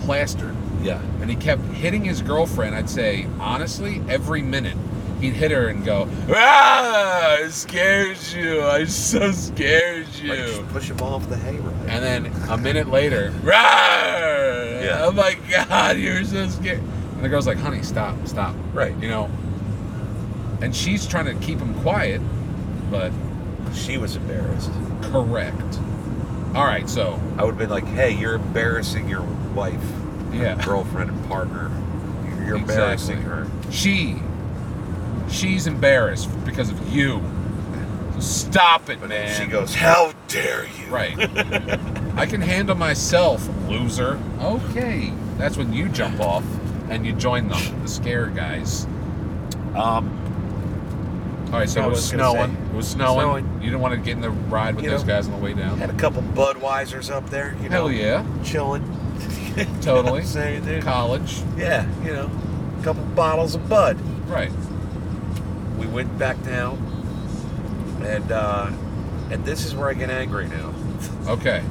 Speaker 1: plastered,
Speaker 2: Yeah.
Speaker 1: and he kept hitting his girlfriend. I'd say honestly, every minute he'd hit her and go, "Ah, I scared you! I so scared you!"
Speaker 2: Like, just push him off the hayride.
Speaker 1: And then a minute later, "Rawr!
Speaker 2: Yeah.
Speaker 1: Oh my God, you're so scared! And the girl's like, "Honey, stop, stop!"
Speaker 2: Right.
Speaker 1: You know. And she's trying to keep him quiet, but
Speaker 2: she was embarrassed.
Speaker 1: Correct. All right, so
Speaker 2: I would have been like, hey, you're embarrassing your wife,
Speaker 1: yeah,
Speaker 2: girlfriend, and partner. You're- You're
Speaker 1: Exactly.
Speaker 2: embarrassing her.
Speaker 1: she she's embarrassed because of you. So stop it,
Speaker 2: But
Speaker 1: man.
Speaker 2: then she goes, how dare you?
Speaker 1: right. I can handle myself, loser. Okay, that's when you jump off and you join them, the scare guys.
Speaker 2: Um,
Speaker 1: All right, so
Speaker 2: No,
Speaker 1: it
Speaker 2: I
Speaker 1: was
Speaker 2: was gonna
Speaker 1: snowing.
Speaker 2: say,
Speaker 1: It was snowing.
Speaker 2: snowing.
Speaker 1: You didn't want to get in the ride with
Speaker 2: You
Speaker 1: those
Speaker 2: know,
Speaker 1: guys on the way down.
Speaker 2: had a couple Budweisers up there, you know.
Speaker 1: Hell yeah,
Speaker 2: Chilling. You know what
Speaker 1: Totally.
Speaker 2: I'm saying, dude?
Speaker 1: college.
Speaker 2: Yeah, you know, a couple bottles of Bud.
Speaker 1: Right.
Speaker 2: we went back down, and uh, and this is where I get angry now.
Speaker 1: Okay.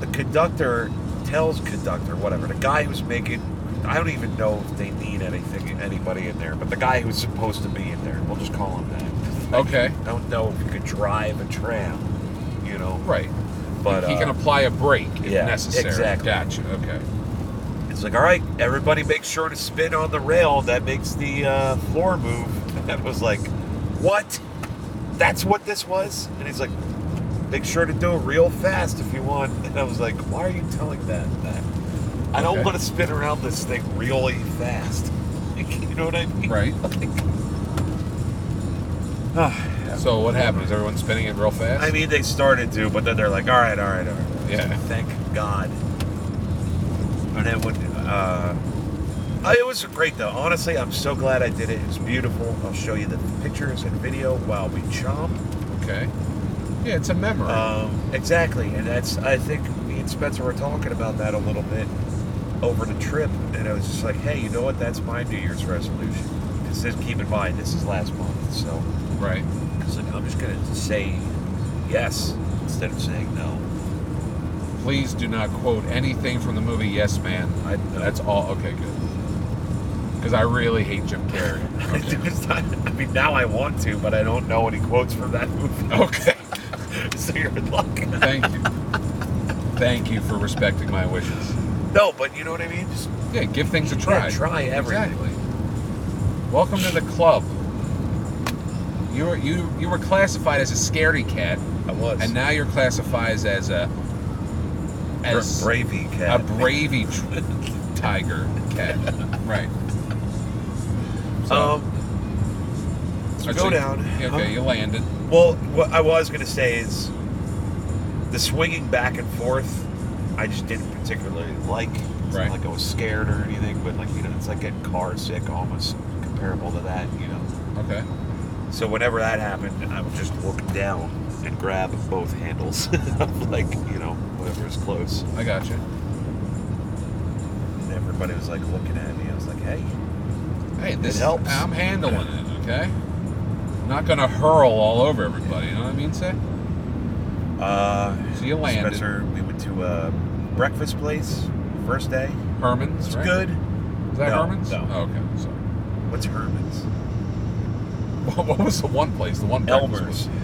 Speaker 2: The conductor tells conductor whatever the guy who's making. I don't even know if they need anything anybody in there, but the guy who's supposed to be in there, we'll just call him that.
Speaker 1: Okay.
Speaker 2: I don't know if he could drive a tram, you know.
Speaker 1: Right.
Speaker 2: But
Speaker 1: he
Speaker 2: uh,
Speaker 1: can apply a break if
Speaker 2: yeah,
Speaker 1: necessary.
Speaker 2: exactly.
Speaker 1: Gotcha. Okay.
Speaker 2: it's like, all right, everybody, make sure to spin on the rail. That makes the uh, floor move. And I was like, what? That's what this was? And he's like, make sure to do it real fast if you want. And I was like, why are you telling that? that? I don't
Speaker 1: Okay.
Speaker 2: want to spin around this thing really fast. Like, you know what I mean?
Speaker 1: Right.
Speaker 2: Like,
Speaker 1: So what happened? Is everyone spinning it real fast?
Speaker 2: I mean, they started to, but then they're like, all right, all right, all right. all right."
Speaker 1: Yeah.
Speaker 2: Thank God. And then when, uh, I- it was great though. Honestly, I'm so glad I did it. It's beautiful. I'll show you the pictures and video while we chomp.
Speaker 1: okay. Yeah, it's a memory.
Speaker 2: Um, exactly, and that's I think me and Spencer were talking about that a little bit over the trip, and I was just like, hey, you know what? That's my New Year's resolution. Because keep in mind, this is last month, so
Speaker 1: right.
Speaker 2: it's like I'm just gonna say yes instead of saying no.
Speaker 1: Please do not quote anything from the movie Yes Man.
Speaker 2: I,
Speaker 1: That's all. Okay, good. Because I really hate Jim Carrey. Okay.
Speaker 2: It's not- I mean, now I want to, but I don't know any quotes from that movie.
Speaker 1: Okay.
Speaker 2: so you're in luck.
Speaker 1: Thank you. Thank you for respecting my wishes.
Speaker 2: No, but you know what I mean? Just
Speaker 1: Yeah, give things a try.
Speaker 2: try everything.
Speaker 1: Exactly. Welcome to the club. You were you you were classified as a scaredy cat,
Speaker 2: I was.
Speaker 1: and now you're classified as a as
Speaker 2: Bra- bravey
Speaker 1: a
Speaker 2: cat.
Speaker 1: bravey tr- tiger cat, right?
Speaker 2: um, so
Speaker 1: I'd
Speaker 2: go
Speaker 1: say-
Speaker 2: down.
Speaker 1: Okay, you landed.
Speaker 2: Well, what I was gonna say is the swinging back and forth. I just didn't particularly like. It's
Speaker 1: Right.
Speaker 2: Not like I was scared or anything, but like you know, it's like getting car sick, almost comparable to that. You know.
Speaker 1: Okay.
Speaker 2: So whenever that happened, I would just look down and grab both handles of like you know whatever is close.
Speaker 1: I got you.
Speaker 2: And everybody was like looking at me. I was like, hey,
Speaker 1: Hey, this
Speaker 2: helps.
Speaker 1: I'm handling it. Okay. I'm not gonna hurl all over everybody. You know what I mean, say?
Speaker 2: uh,
Speaker 1: So you landed.
Speaker 2: Spencer. We went to a breakfast place first day.
Speaker 1: Herman's.
Speaker 2: It's
Speaker 1: right?
Speaker 2: good.
Speaker 1: Is that
Speaker 2: No,
Speaker 1: Herman's?
Speaker 2: no.
Speaker 1: Oh, okay. Sorry.
Speaker 2: What's Herman's?
Speaker 1: What, what was the one place? The one breakfast
Speaker 2: Elmer's.
Speaker 1: place?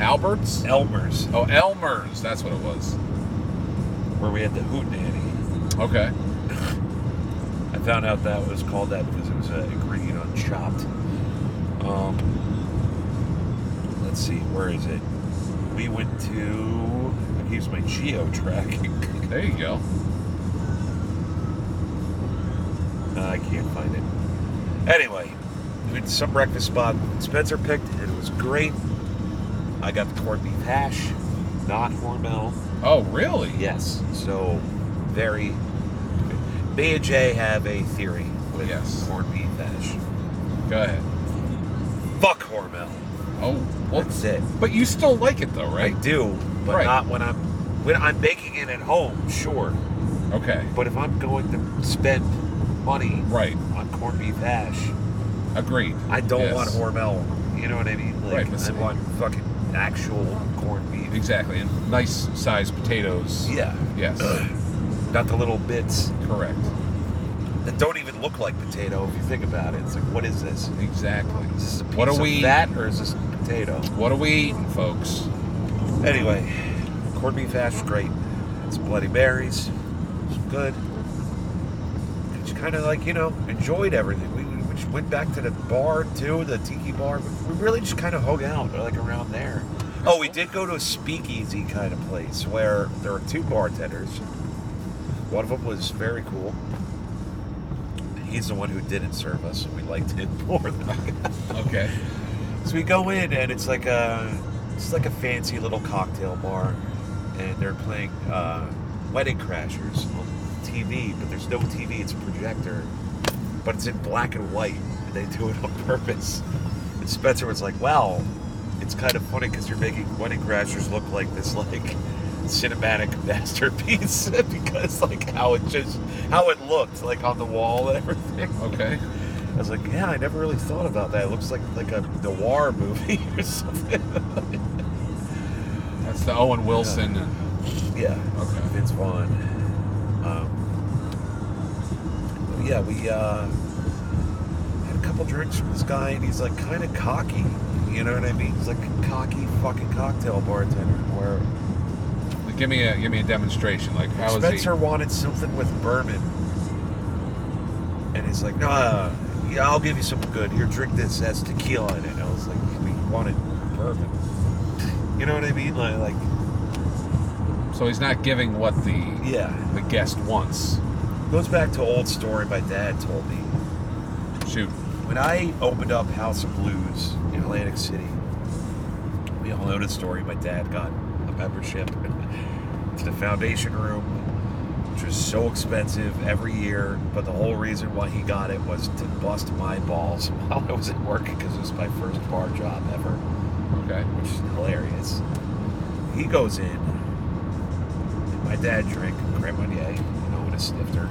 Speaker 1: Albert's.
Speaker 2: Elmer's,
Speaker 1: Oh, Elmer's. That's what it was.
Speaker 2: where we had the Hoot Nanny.
Speaker 1: Okay.
Speaker 2: I found out that was called that because it was an ingredient on Chopped. Um, let's see, where is it? We went to. I use my geo tracking.
Speaker 1: There you go.
Speaker 2: Uh, I can't find it. Anyway, we went to some breakfast spot. Spencer picked, and it was great. I got the corned beef hash, not Hormel.
Speaker 1: Oh, really?
Speaker 2: Yes. So, very. Me and Jay have a theory with
Speaker 1: Yes.
Speaker 2: corned beef hash.
Speaker 1: Go ahead.
Speaker 2: Fuck Hormel.
Speaker 1: Oh, well,
Speaker 2: That's it.
Speaker 1: but you still like it though,
Speaker 2: I
Speaker 1: right?
Speaker 2: do, but
Speaker 1: Right.
Speaker 2: not when I'm when I'm making it at home. Sure,
Speaker 1: Okay.
Speaker 2: but if I'm going to spend money
Speaker 1: Right.
Speaker 2: on corned beef hash,
Speaker 1: Agreed.
Speaker 2: I don't
Speaker 1: Yes.
Speaker 2: want Hormel. You know what I mean? Like,
Speaker 1: Right, but
Speaker 2: I
Speaker 1: see-
Speaker 2: want fucking actual corned beef.
Speaker 1: Exactly. And nice sized potatoes.
Speaker 2: Yeah,
Speaker 1: Yes.
Speaker 2: not the little bits
Speaker 1: Correct.
Speaker 2: that don't even look like potato. If you think about it, it's like, what is this?
Speaker 1: Exactly.
Speaker 2: Is this a piece
Speaker 1: What are
Speaker 2: of
Speaker 1: we-
Speaker 2: that, or is this potato?
Speaker 1: What are we eating, folks?
Speaker 2: Anyway, corned beef hash is great. It's bloody berries. It's good. It's kind of like, you know, enjoyed everything. We, we just went back to the bar too, the tiki bar. We really just kind of hung out like around there. Oh, we did go to a speakeasy kind of place where there were two bartenders. One of them was very cool. He's the one who didn't serve us, and we liked him more than I got.
Speaker 1: Okay.
Speaker 2: So we go in and it's like a it's like a fancy little cocktail bar, and they're playing uh, Wedding Crashers on TV, but there's no TV. It's a projector, but it's in black and white. And they do it on purpose. And Spencer was like, "Wow, it's kind of funny because you're making Wedding Crashers look like this like cinematic masterpiece because like how it just how it looked like on the wall and everything."
Speaker 1: Okay.
Speaker 2: I was like, yeah, I never really thought about that. It looks like like a noir movie or something.
Speaker 1: That's the Owen Wilson.
Speaker 2: yeah,
Speaker 1: Okay.
Speaker 2: Vince Vaughn. Um, but yeah, we uh, had a couple drinks from this guy, and he's like kind of cocky. You know what I mean? He's like a cocky fucking cocktail bartender. Where
Speaker 1: Give me a give me a demonstration. Like how is
Speaker 2: Spencer wanted something with bourbon, and he's like, nah, yeah, I'll give you something good. Here, drink this. That's tequila in it. I was like, we wanted bourbon. You know what I mean? Like, like
Speaker 1: he? So he's not giving what the
Speaker 2: yeah.
Speaker 1: the guest wants.
Speaker 2: Goes back to old story my dad told me.
Speaker 1: Shoot.
Speaker 2: When I opened up House of Blues in Atlantic City, we all know the story. My dad got a membership to the foundation room, which was so expensive every year. But the whole reason why he got it was to bust my balls while I was at work because it was my first bar job ever
Speaker 1: Okay.
Speaker 2: which is hilarious. He goes in. and My dad drank Grand Marnier, you know, with a snifter,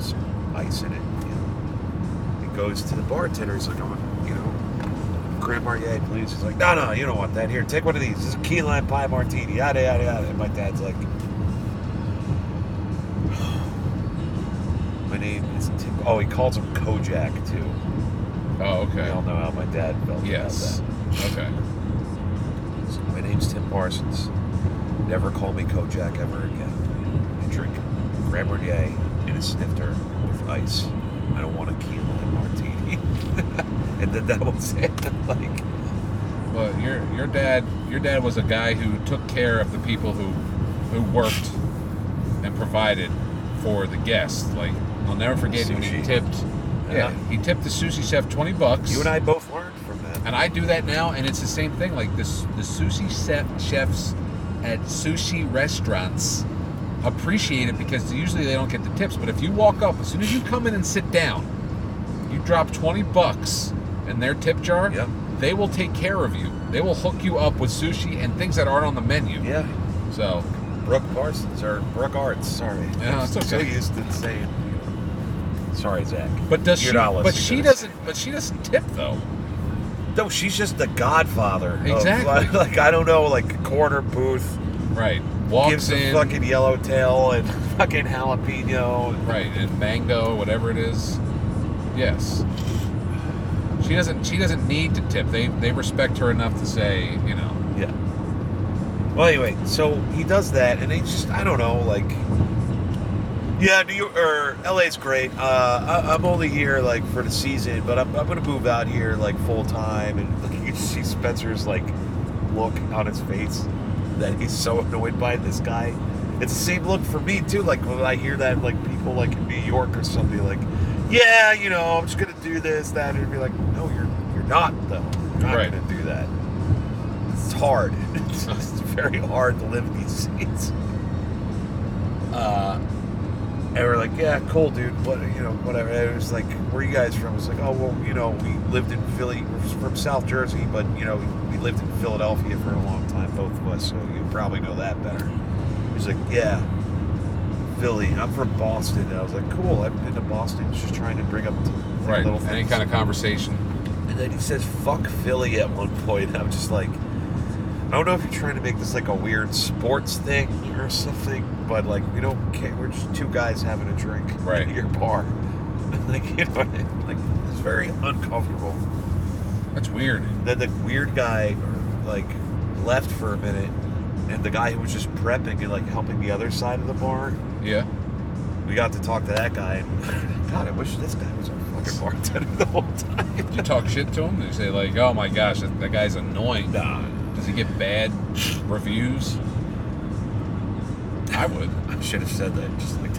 Speaker 2: some ice in it. You know. He goes to the bartender. He's like, I want, you know, Grand Marnier, please. He's like, no, no, you don't want that. Here, take one of these. This is a key lime pie martini. Yada yada yada. And my dad's like, my name is Tim. Oh, he calls him Kojak too.
Speaker 1: Oh, okay.
Speaker 2: We all know how my dad felt about that.
Speaker 1: Yes. Okay.
Speaker 2: So my name's Tim Parsons. Never call me Kojak ever again. I drink Grand Marnier in a snifter with ice. I don't want a key lime martini. and then that was it. like,
Speaker 1: But your your dad your dad was a guy who took care of the people who who worked and provided for the guests. Like I'll never forget when he
Speaker 2: Sushi.
Speaker 1: tipped. Yeah,
Speaker 2: Uh-huh.
Speaker 1: he tipped the sushi chef twenty bucks.
Speaker 2: you and I both learned from that.
Speaker 1: and I do that now, and it's the same thing. Like this, the sushi chef chefs at sushi restaurants appreciate it because usually they don't get the tips. But if you walk up, as soon as you come in and sit down, you drop twenty bucks in their tip jar.
Speaker 2: Yep.
Speaker 1: They will take care of you. They will hook you up with sushi and things that aren't on the menu.
Speaker 2: Yeah,
Speaker 1: So
Speaker 2: Brooke Parsons or Brooke Arts. Sorry,
Speaker 1: Yeah, it's
Speaker 2: I'm so
Speaker 1: okay.
Speaker 2: used to saying. Sorry, Zach.
Speaker 1: But does she?
Speaker 2: You're not
Speaker 1: But
Speaker 2: listening
Speaker 1: she
Speaker 2: to this.
Speaker 1: doesn't. But she doesn't tip though.
Speaker 2: No, she's just the godfather. of,
Speaker 1: Exactly.
Speaker 2: like, like, I don't know, like corner booth
Speaker 1: Right. Walks
Speaker 2: gives
Speaker 1: in.
Speaker 2: a fucking yellowtail and fucking jalapeno. and-
Speaker 1: right and mango, whatever it is. Yes. She doesn't. She doesn't need to tip. They they respect her enough to say you know.
Speaker 2: Yeah. Well, anyway, so he does that, and it's just I don't know, like, yeah, New York or LA's great. Uh, I, I'm only here like for the season, but I'm, I'm gonna move out here like full time, and like, you can see Spencer's like look on his face that he's so annoyed by this guy. It's the same look for me too. Like when I hear that, like people like in New York or something, like, yeah, you know, I'm just gonna do this, that, and be like, no, you're you're not though. You're not
Speaker 1: Right.
Speaker 2: gonna do that. It's hard. It's just very hard to live in these states. Uh, and we're like, yeah, cool, dude. What you know, whatever. And it was like, where you guys from? It's like, oh well, you know, we lived in Philly. We're from South Jersey, but you know, we lived in Philadelphia for a long time, both of us. So you probably know that better. He's like, yeah, Philly. I'm from Boston. And I was like, cool. I've been to Boston. Just trying to bring up t-
Speaker 1: Right.
Speaker 2: little
Speaker 1: Any
Speaker 2: things.
Speaker 1: kind of conversation.
Speaker 2: And then he says, fuck Philly at one point. I'm just like, I don't know if you're trying to make this like a weird sports thing or something, but like, we don't care. We're just two guys having a drink
Speaker 1: Right.
Speaker 2: at your bar. like, you know, what I mean? like, it's very uncomfortable.
Speaker 1: That's weird.
Speaker 2: Then the weird guy, like, left for a minute, and the guy who was just prepping and like helping the other side of the bar,
Speaker 1: Yeah.
Speaker 2: we got to talk to that guy. And God, I wish this guy was our fucking bartender the whole time.
Speaker 1: Did you talk shit to him? Did you say like, oh my gosh, that, that guy's annoying?
Speaker 2: Nah.
Speaker 1: Does he get bad reviews? I would.
Speaker 2: I should have said that. Just like,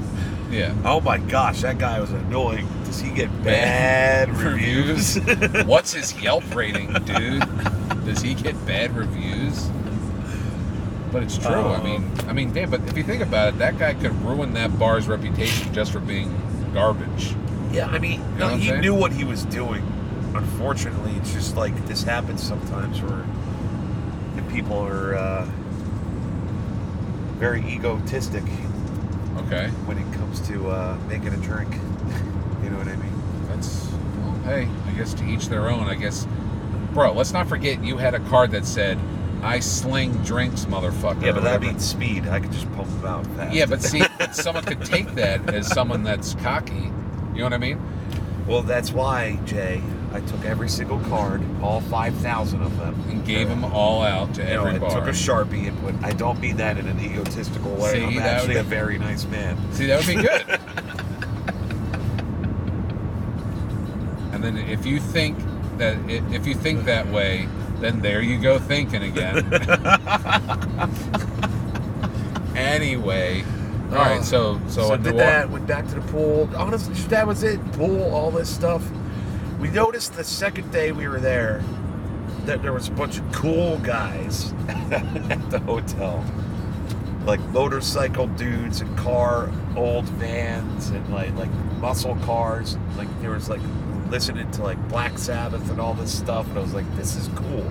Speaker 1: Yeah.
Speaker 2: oh my gosh, that guy was annoying. Does he get bad reviews?
Speaker 1: What's his Yelp rating, dude? Does he get bad reviews? But it's true.
Speaker 2: Um,
Speaker 1: I mean, I mean, damn. But if you think about it, that guy could ruin that bar's reputation just for being garbage.
Speaker 2: yeah, I mean,
Speaker 1: You know
Speaker 2: no,
Speaker 1: what I'm
Speaker 2: he
Speaker 1: saying?
Speaker 2: knew what he was doing. Unfortunately, it's just like this happens sometimes where the people are uh, very egotistic
Speaker 1: Okay,
Speaker 2: when it comes to uh, making a drink. you know what I mean?
Speaker 1: that's well, hey. I guess to each their own. I guess, bro. Let's not forget you had a card that said, "I sling drinks, motherfucker."
Speaker 2: Yeah, but
Speaker 1: or
Speaker 2: that
Speaker 1: whatever.
Speaker 2: means speed. I could just pump them out fast.
Speaker 1: Yeah, but see, someone could take that as someone that's cocky. You know what I mean?
Speaker 2: Well, that's why, Jay, I took every single card, all 5,000 of them.
Speaker 1: And gave them all out to
Speaker 2: You know,
Speaker 1: every
Speaker 2: I
Speaker 1: bar.
Speaker 2: took a sharpie and put. I don't mean that in an egotistical way.
Speaker 1: See,
Speaker 2: I'm
Speaker 1: that
Speaker 2: actually
Speaker 1: would-
Speaker 2: a very nice man.
Speaker 1: See, that would be good. and then if you think that i- if you think that way, then there you go thinking again. anyway, all right. So so,
Speaker 2: Uh, so
Speaker 1: on
Speaker 2: did
Speaker 1: New Or-
Speaker 2: that. Went back to the pool. Honestly, that was it. Pool, all this stuff. We noticed the second day we were there that there was a bunch of cool guys at the hotel, like motorcycle dudes and car, old vans and like like muscle cars. Like there was like listening to like Black Sabbath and all this stuff, and I was like, this is cool.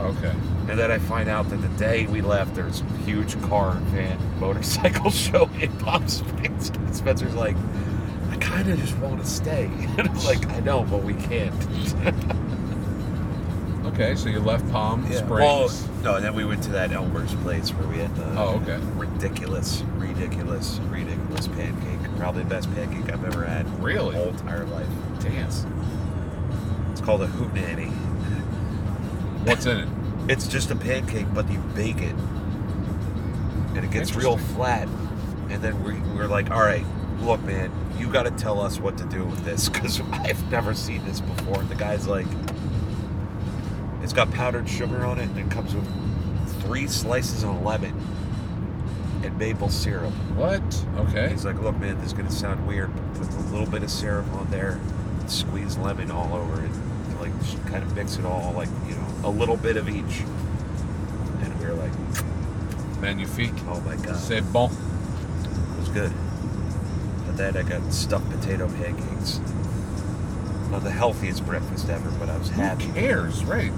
Speaker 1: Okay.
Speaker 2: And then I find out that the day we left, there's a huge car and van motorcycle show in Palm Springs. And Spencer's like, I kind of just want to stay. And I'm like, I know, but we can't.
Speaker 1: Okay. So you left Palm Springs.
Speaker 2: no, and then we went to that Elmer's place where we had the
Speaker 1: Oh, okay.
Speaker 2: ridiculous, ridiculous, ridiculous pancake. Probably the best pancake I've ever had. in
Speaker 1: Really?
Speaker 2: My whole entire life.
Speaker 1: Dance.
Speaker 2: It's called a hootenanny.
Speaker 1: What's in it?
Speaker 2: It's just a pancake, but you bake it, and it gets real
Speaker 1: Interesting.
Speaker 2: flat. And then we, we're like, all right, look, man, you got to tell us what to do with this because I've never seen this before. And the guy's like, it's got powdered sugar on it and it comes with three slices of lemon and maple syrup.
Speaker 1: What? Okay.
Speaker 2: He's like, look, man, this is going to sound weird, but put a little bit of syrup on there, squeeze lemon all over it, and, like just kind of mix it all, like, you know, a little bit of each. And we were like,
Speaker 1: Magnifique.
Speaker 2: oh my God.
Speaker 1: C'est bon.
Speaker 2: It was good. But then I got stuffed potato pancakes. Not the healthiest breakfast ever, but I was happy.
Speaker 1: Who cares, right?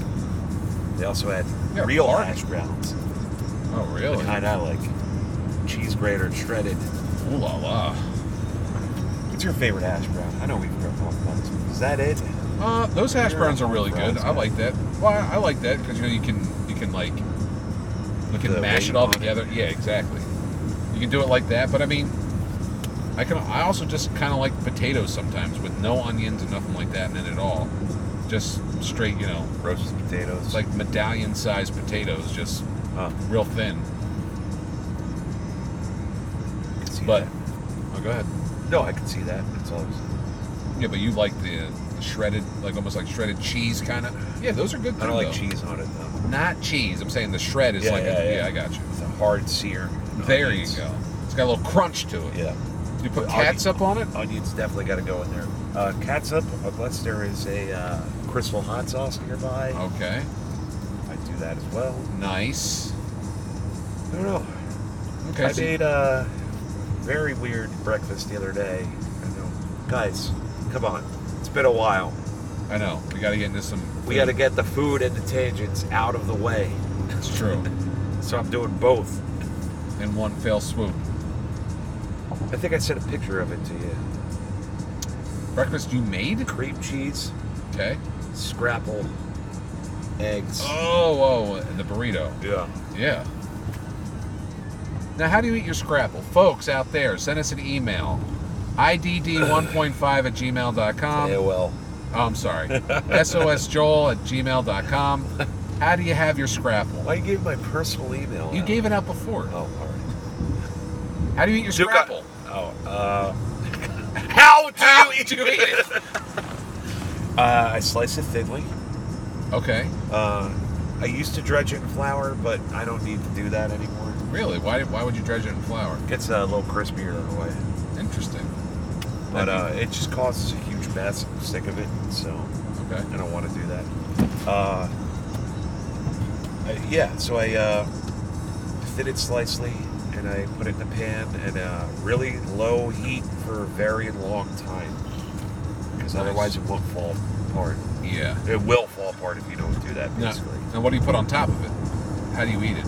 Speaker 2: They also had
Speaker 1: Yeah,
Speaker 2: real
Speaker 1: party.
Speaker 2: hash browns,
Speaker 1: Oh,
Speaker 2: the
Speaker 1: really?
Speaker 2: kind I like. Cheese grater, shredded.
Speaker 1: Ooh la la.
Speaker 2: What's your favorite hash brown? I know we've grown up once. Is that it?
Speaker 1: Uh, those hash
Speaker 2: You're
Speaker 1: browns
Speaker 2: a
Speaker 1: are really
Speaker 2: browns
Speaker 1: good. I
Speaker 2: guy.
Speaker 1: like that. Well, I, I like that because you know you can you can like you can
Speaker 2: The
Speaker 1: mash
Speaker 2: weight
Speaker 1: it all
Speaker 2: on it.
Speaker 1: together. Yeah, exactly. You can do it like that. But I mean, I can. I also just kind of like potatoes sometimes with no onions and nothing like that in it at all. Just straight, you know,
Speaker 2: Roasted potatoes.
Speaker 1: it's like medallion-sized potatoes, just
Speaker 2: oh,
Speaker 1: real thin.
Speaker 2: I can see
Speaker 1: But
Speaker 2: that.
Speaker 1: oh, go ahead.
Speaker 2: no, I can see that. That's all. I was-
Speaker 1: Yeah, but you like the shredded, like almost like shredded cheese kind of. Yeah, those are good.
Speaker 2: I
Speaker 1: too,
Speaker 2: don't like
Speaker 1: though.
Speaker 2: cheese on it though.
Speaker 1: Not cheese. I'm saying the shred is
Speaker 2: Yeah,
Speaker 1: like.
Speaker 2: yeah,
Speaker 1: a,
Speaker 2: yeah.
Speaker 1: yeah, I got you.
Speaker 2: It's a hard sear.
Speaker 1: There
Speaker 2: Onions.
Speaker 1: you go. It's got a little crunch to it.
Speaker 2: Yeah.
Speaker 1: You
Speaker 2: With
Speaker 1: put
Speaker 2: onion.
Speaker 1: catsup on it?
Speaker 2: Onions definitely got to go in there. Uh, catsup, unless there is a uh, crystal hot sauce nearby,
Speaker 1: Okay. Oh.
Speaker 2: I do that as well.
Speaker 1: Nice.
Speaker 2: I don't know.
Speaker 1: Okay.
Speaker 2: I
Speaker 1: so-
Speaker 2: made a very weird breakfast the other day. I know, guys, come on, it's been a while.
Speaker 1: I know. We got to get into some.
Speaker 2: We got to get the food and the tangents out of the way.
Speaker 1: It's true.
Speaker 2: So I'm doing both.
Speaker 1: In one fell swoop.
Speaker 2: I think I sent a picture of it to you.
Speaker 1: Breakfast you made?
Speaker 2: Cream cheese,
Speaker 1: Okay.
Speaker 2: scrapple, eggs.
Speaker 1: Oh, oh, and the burrito.
Speaker 2: Yeah.
Speaker 1: Yeah. Now, how do you eat your scrapple? Folks out there, send us an email. IDD1.5 at gmail.com.
Speaker 2: AOL.
Speaker 1: Oh, I'm sorry. SOSJoel at gmail.com. How do you have your scrapple?
Speaker 2: Why you gave my personal email?
Speaker 1: You
Speaker 2: out?
Speaker 1: gave it out before.
Speaker 2: Oh, all right.
Speaker 1: How do you eat your
Speaker 2: Duke, I-
Speaker 1: scrapple?
Speaker 2: Oh, uh, how do
Speaker 1: How
Speaker 2: you eat
Speaker 1: do you eat
Speaker 2: it? uh, I slice it thinly.
Speaker 1: Okay.
Speaker 2: Uh, I used to dredge it in flour, but I don't need to do that anymore.
Speaker 1: Really? Why, why would you dredge it in flour?
Speaker 2: Gets a little crispier in a way,
Speaker 1: Interesting.
Speaker 2: but uh, it just causes a huge mess. I'm sick of it, so
Speaker 1: Okay.
Speaker 2: I don't want to do that. Uh, I- yeah, so I uh, thin it slicely and I put it in the pan and uh, really low heat for a very long time because
Speaker 1: Nice.
Speaker 2: otherwise it will fall apart.
Speaker 1: Yeah.
Speaker 2: It will fall apart if you don't do that,
Speaker 1: Now,
Speaker 2: basically.
Speaker 1: now, what do you put on top of it? How do you eat it?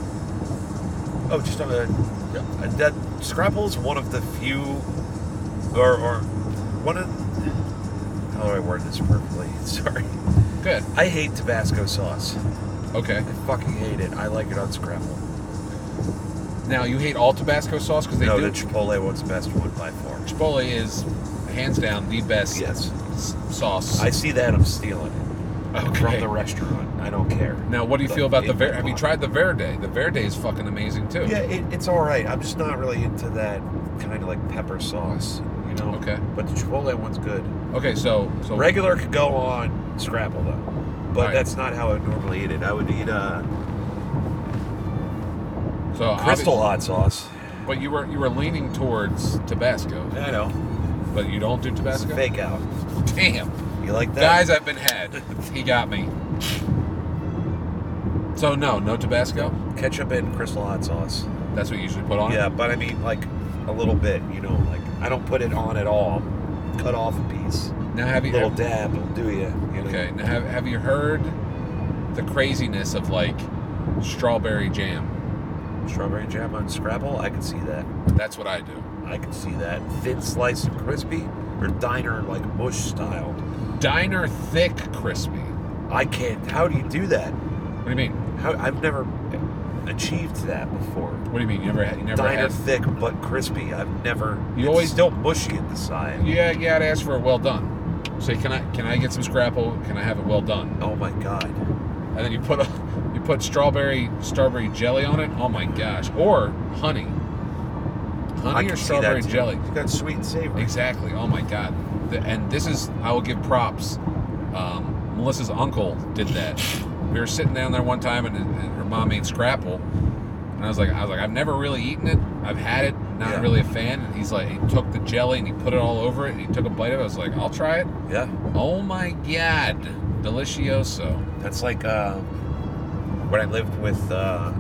Speaker 2: Oh, just on a, a that Scrapple's one of the few, or, or one of. How do I word this perfectly? Sorry.
Speaker 1: Good.
Speaker 2: I hate Tabasco sauce.
Speaker 1: Okay.
Speaker 2: I fucking hate it. I like it on Scrapple.
Speaker 1: Now, you hate all Tabasco sauce because they
Speaker 2: no,
Speaker 1: do.
Speaker 2: the Chipotle one's the best one by far.
Speaker 1: Chipotle is hands down the best
Speaker 2: Yes.
Speaker 1: s- sauce.
Speaker 2: I see that, I'm stealing it from
Speaker 1: okay.
Speaker 2: the restaurant. I don't care.
Speaker 1: now, what do you
Speaker 2: But
Speaker 1: feel about the
Speaker 2: it-
Speaker 1: Verde? Have you tried the Verde? The Verde is fucking amazing too.
Speaker 2: Yeah, it, it's all right. I'm just not really into that kind of like pepper sauce, you know?
Speaker 1: Okay.
Speaker 2: But the Chipotle one's good.
Speaker 1: Okay, so so
Speaker 2: Regular could go on Scrapple though, but
Speaker 1: Right.
Speaker 2: that's not how I would normally eat it. I would eat uh, a
Speaker 1: so obvi-
Speaker 2: crystal hot sauce.
Speaker 1: But you were you were leaning towards Tabasco,
Speaker 2: I know.
Speaker 1: but you don't do
Speaker 2: It's
Speaker 1: Tabasco.
Speaker 2: a fake out.
Speaker 1: Damn.
Speaker 2: You like that?
Speaker 1: Guys, I've been had. He got me. So no, no Tabasco.
Speaker 2: ketchup and crystal hot sauce.
Speaker 1: That's what you usually put on
Speaker 2: Yeah,
Speaker 1: it.
Speaker 2: but I mean like a little bit. You know, like I don't put it on at all. Cut off a piece.
Speaker 1: Now have you
Speaker 2: little dab will do you. you know?
Speaker 1: okay? Now have, have you heard the craziness of like strawberry jam?
Speaker 2: Strawberry jam on Scrapple. I can see that.
Speaker 1: That's what I do.
Speaker 2: I can see that. Thin slice and crispy, or diner like mush style.
Speaker 1: Diner thick crispy. What
Speaker 2: I can't. How do you do that?
Speaker 1: do you mean?
Speaker 2: How, I've never achieved that before.
Speaker 1: What do you mean? You never had? You never
Speaker 2: Diner
Speaker 1: had?
Speaker 2: thick but crispy. I've never.
Speaker 1: You
Speaker 2: it's
Speaker 1: always-
Speaker 2: still mushy at the side.
Speaker 1: Yeah, you gotta ask for it well done. Say, can I can I get some scrapple? Can I have it well done?
Speaker 2: Oh my god.
Speaker 1: And then you put a you put strawberry strawberry jelly on it. Oh my gosh! Or honey.
Speaker 2: I
Speaker 1: honey
Speaker 2: can
Speaker 1: or
Speaker 2: see
Speaker 1: strawberry
Speaker 2: that too.
Speaker 1: jelly?
Speaker 2: You got sweet and savory.
Speaker 1: Exactly. Oh my God. The, and this is, I will give props. Um, Melissa's uncle did that. We were sitting down there one time, and, and her mom made scrapple, and I was like, I was like, I've never really eaten it. I've had it, not
Speaker 2: Yeah.
Speaker 1: really a fan. And he's like, he took the jelly and he put it all over it, and he took a bite of it. I was like, I'll try it.
Speaker 2: Yeah,
Speaker 1: Oh my God, delicioso.
Speaker 2: that's like uh, when I lived with uh,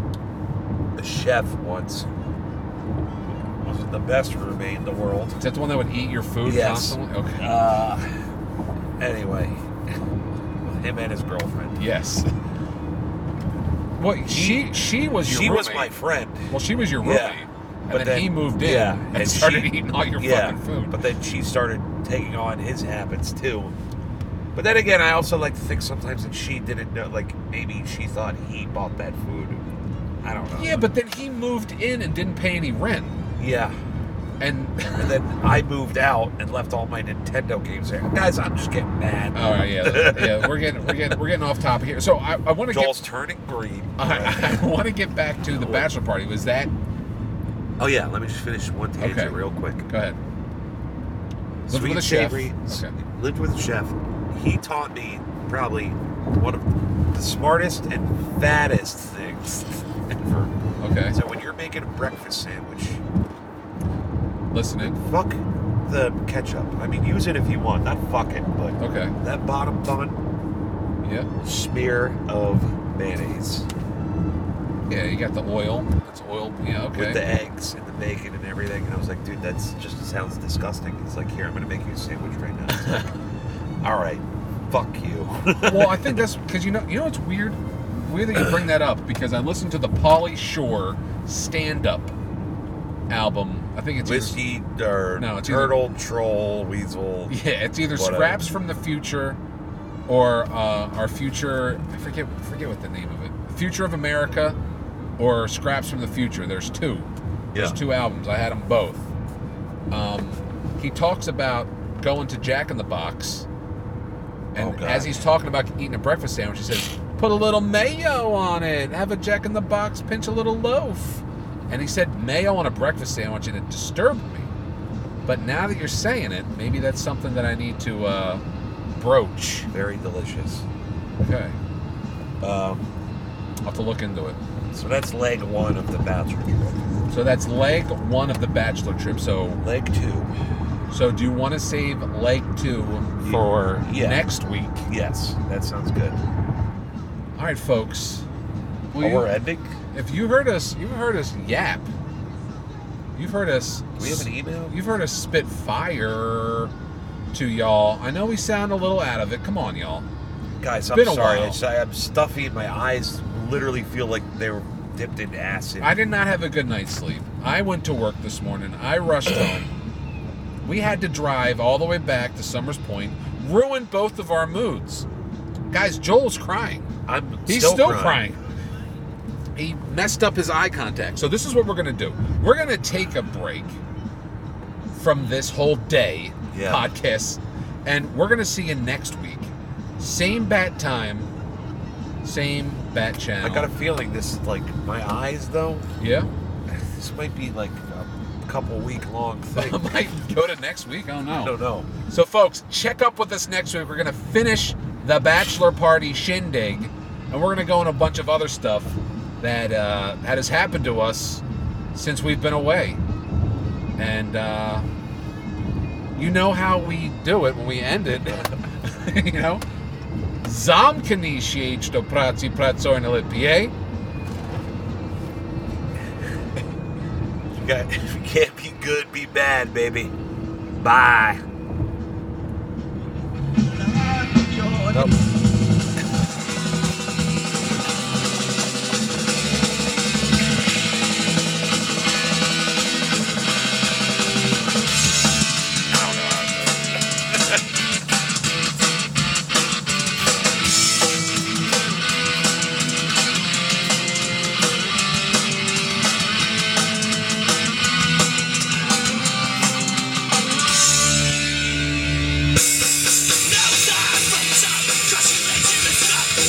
Speaker 2: the chef once. Wasn't the best roommate in the world.
Speaker 1: Is that the one that would eat your food
Speaker 2: Yes.
Speaker 1: constantly? Okay.
Speaker 2: Uh, anyway, him and his girlfriend.
Speaker 1: yes. Well, she she was your
Speaker 2: She was
Speaker 1: roommate.
Speaker 2: my friend.
Speaker 1: Well, she was your roommate,
Speaker 2: Yeah,
Speaker 1: and
Speaker 2: but
Speaker 1: then,
Speaker 2: then-
Speaker 1: he moved in
Speaker 2: yeah,
Speaker 1: and,
Speaker 2: and
Speaker 1: started
Speaker 2: she-
Speaker 1: eating all your fucking food.
Speaker 2: But then she started taking on his habits too. But then again, I also like to think sometimes that she didn't know. Like maybe she thought he bought that food. I don't know.
Speaker 1: yeah, but then he moved in and didn't pay any rent,
Speaker 2: Yeah.
Speaker 1: and
Speaker 2: And then I moved out and left all my Nintendo games there. Guys, I'm just getting mad.
Speaker 1: all right, yeah, yeah, we're getting we're getting we're getting off topic here. So I, I want to
Speaker 2: Joel's
Speaker 1: get
Speaker 2: turning green.
Speaker 1: I, I want to get back to the bachelor party. Was that
Speaker 2: oh yeah, let me just finish one tangent
Speaker 1: Okay.
Speaker 2: real quick.
Speaker 1: go ahead? Lived
Speaker 2: Sweet
Speaker 1: with a chef.
Speaker 2: savory.
Speaker 1: Okay.
Speaker 2: Lived with a chef. He taught me probably one of the smartest and fattest things ever.
Speaker 1: Okay,
Speaker 2: So when you're making a breakfast sandwich,
Speaker 1: listening.
Speaker 2: fuck the ketchup. I mean, use it if you want. Not fuck it, but
Speaker 1: Okay,
Speaker 2: that bottom bun
Speaker 1: yeah,
Speaker 2: smear of mayonnaise
Speaker 1: yeah. You got the oil. It's oil. Yeah. Okay.
Speaker 2: with the eggs and the bacon and everything. And I was like, dude, that's just sounds disgusting. He's like, here, I'm gonna make you a sandwich right now. It's like, all right, fuck you.
Speaker 1: well, I think that's because you know you know it's weird. Weird that you bring that up because I listened to the Polly Shore stand-up album. I think it's either-
Speaker 2: Whiskey or
Speaker 1: No, it's either-
Speaker 2: turtle, troll, weasel.
Speaker 1: yeah, it's either
Speaker 2: Whatever.
Speaker 1: Scraps from the Future or uh, our future. I forget forget what the name of it. Future of America or Scraps from the Future. There's two. There's
Speaker 2: Yeah.
Speaker 1: two albums. I had them both. Um, he talks about going to Jack in the Box,
Speaker 2: Oh,
Speaker 1: and
Speaker 2: God.
Speaker 1: as he's talking about eating a breakfast sandwich, he says, "Put a little mayo on it. Have a Jack in the Box. Pinch a little loaf." And he said mayo on a breakfast sandwich, and it disturbed me. But now that you're saying it, maybe that's something that I need to uh, broach.
Speaker 2: Very delicious.
Speaker 1: Okay,
Speaker 2: Um,
Speaker 1: I'll have to look into it.
Speaker 2: so that's leg one of the bachelor trip.
Speaker 1: So that's leg one of the bachelor trip. So
Speaker 2: Leg two.
Speaker 1: So do you want to save leg two for
Speaker 2: Yeah.
Speaker 1: next week?
Speaker 2: Yes, that sounds good.
Speaker 1: All right, folks. Will
Speaker 2: Oh,
Speaker 1: you-
Speaker 2: we're ending.
Speaker 1: if you heard us, you've heard us yap. You've heard us.
Speaker 2: We have an e-, email.
Speaker 1: You've heard us spit fire to y'all. I know we sound a little out of it. Come on, y'all.
Speaker 2: Guys, I'm
Speaker 1: been a
Speaker 2: sorry.
Speaker 1: while.
Speaker 2: It's- I'm stuffy. My eyes literally feel like they were dipped in acid.
Speaker 1: I did not have a good night's sleep. I went to work this morning. I rushed home. We had to drive all the way back to Summers Point. Ruined both of our moods. Guys, Joel's crying.
Speaker 2: I'm
Speaker 1: He's still, crying. He messed up his eye contact. So this is what we're gonna do. We're gonna take a break from this whole day
Speaker 2: Yeah.
Speaker 1: podcast, and we're gonna see you next week. Same bat time, same bat channel.
Speaker 2: I got a feeling this is like my eyes though.
Speaker 1: yeah.
Speaker 2: This might be like a couple week long thing.
Speaker 1: I might go to next week. I don't know.
Speaker 2: I don't know.
Speaker 1: So folks, check up with us next week. We're gonna finish the bachelor party shindig, and we're gonna go on a bunch of other stuff that uh, that has happened to us since we've been away. And uh, you know how we do it when we end it. you know, zamknisieje do pracy pracoj na lipie.
Speaker 2: You got. If you can't be good, be bad, baby. Bye. Nope.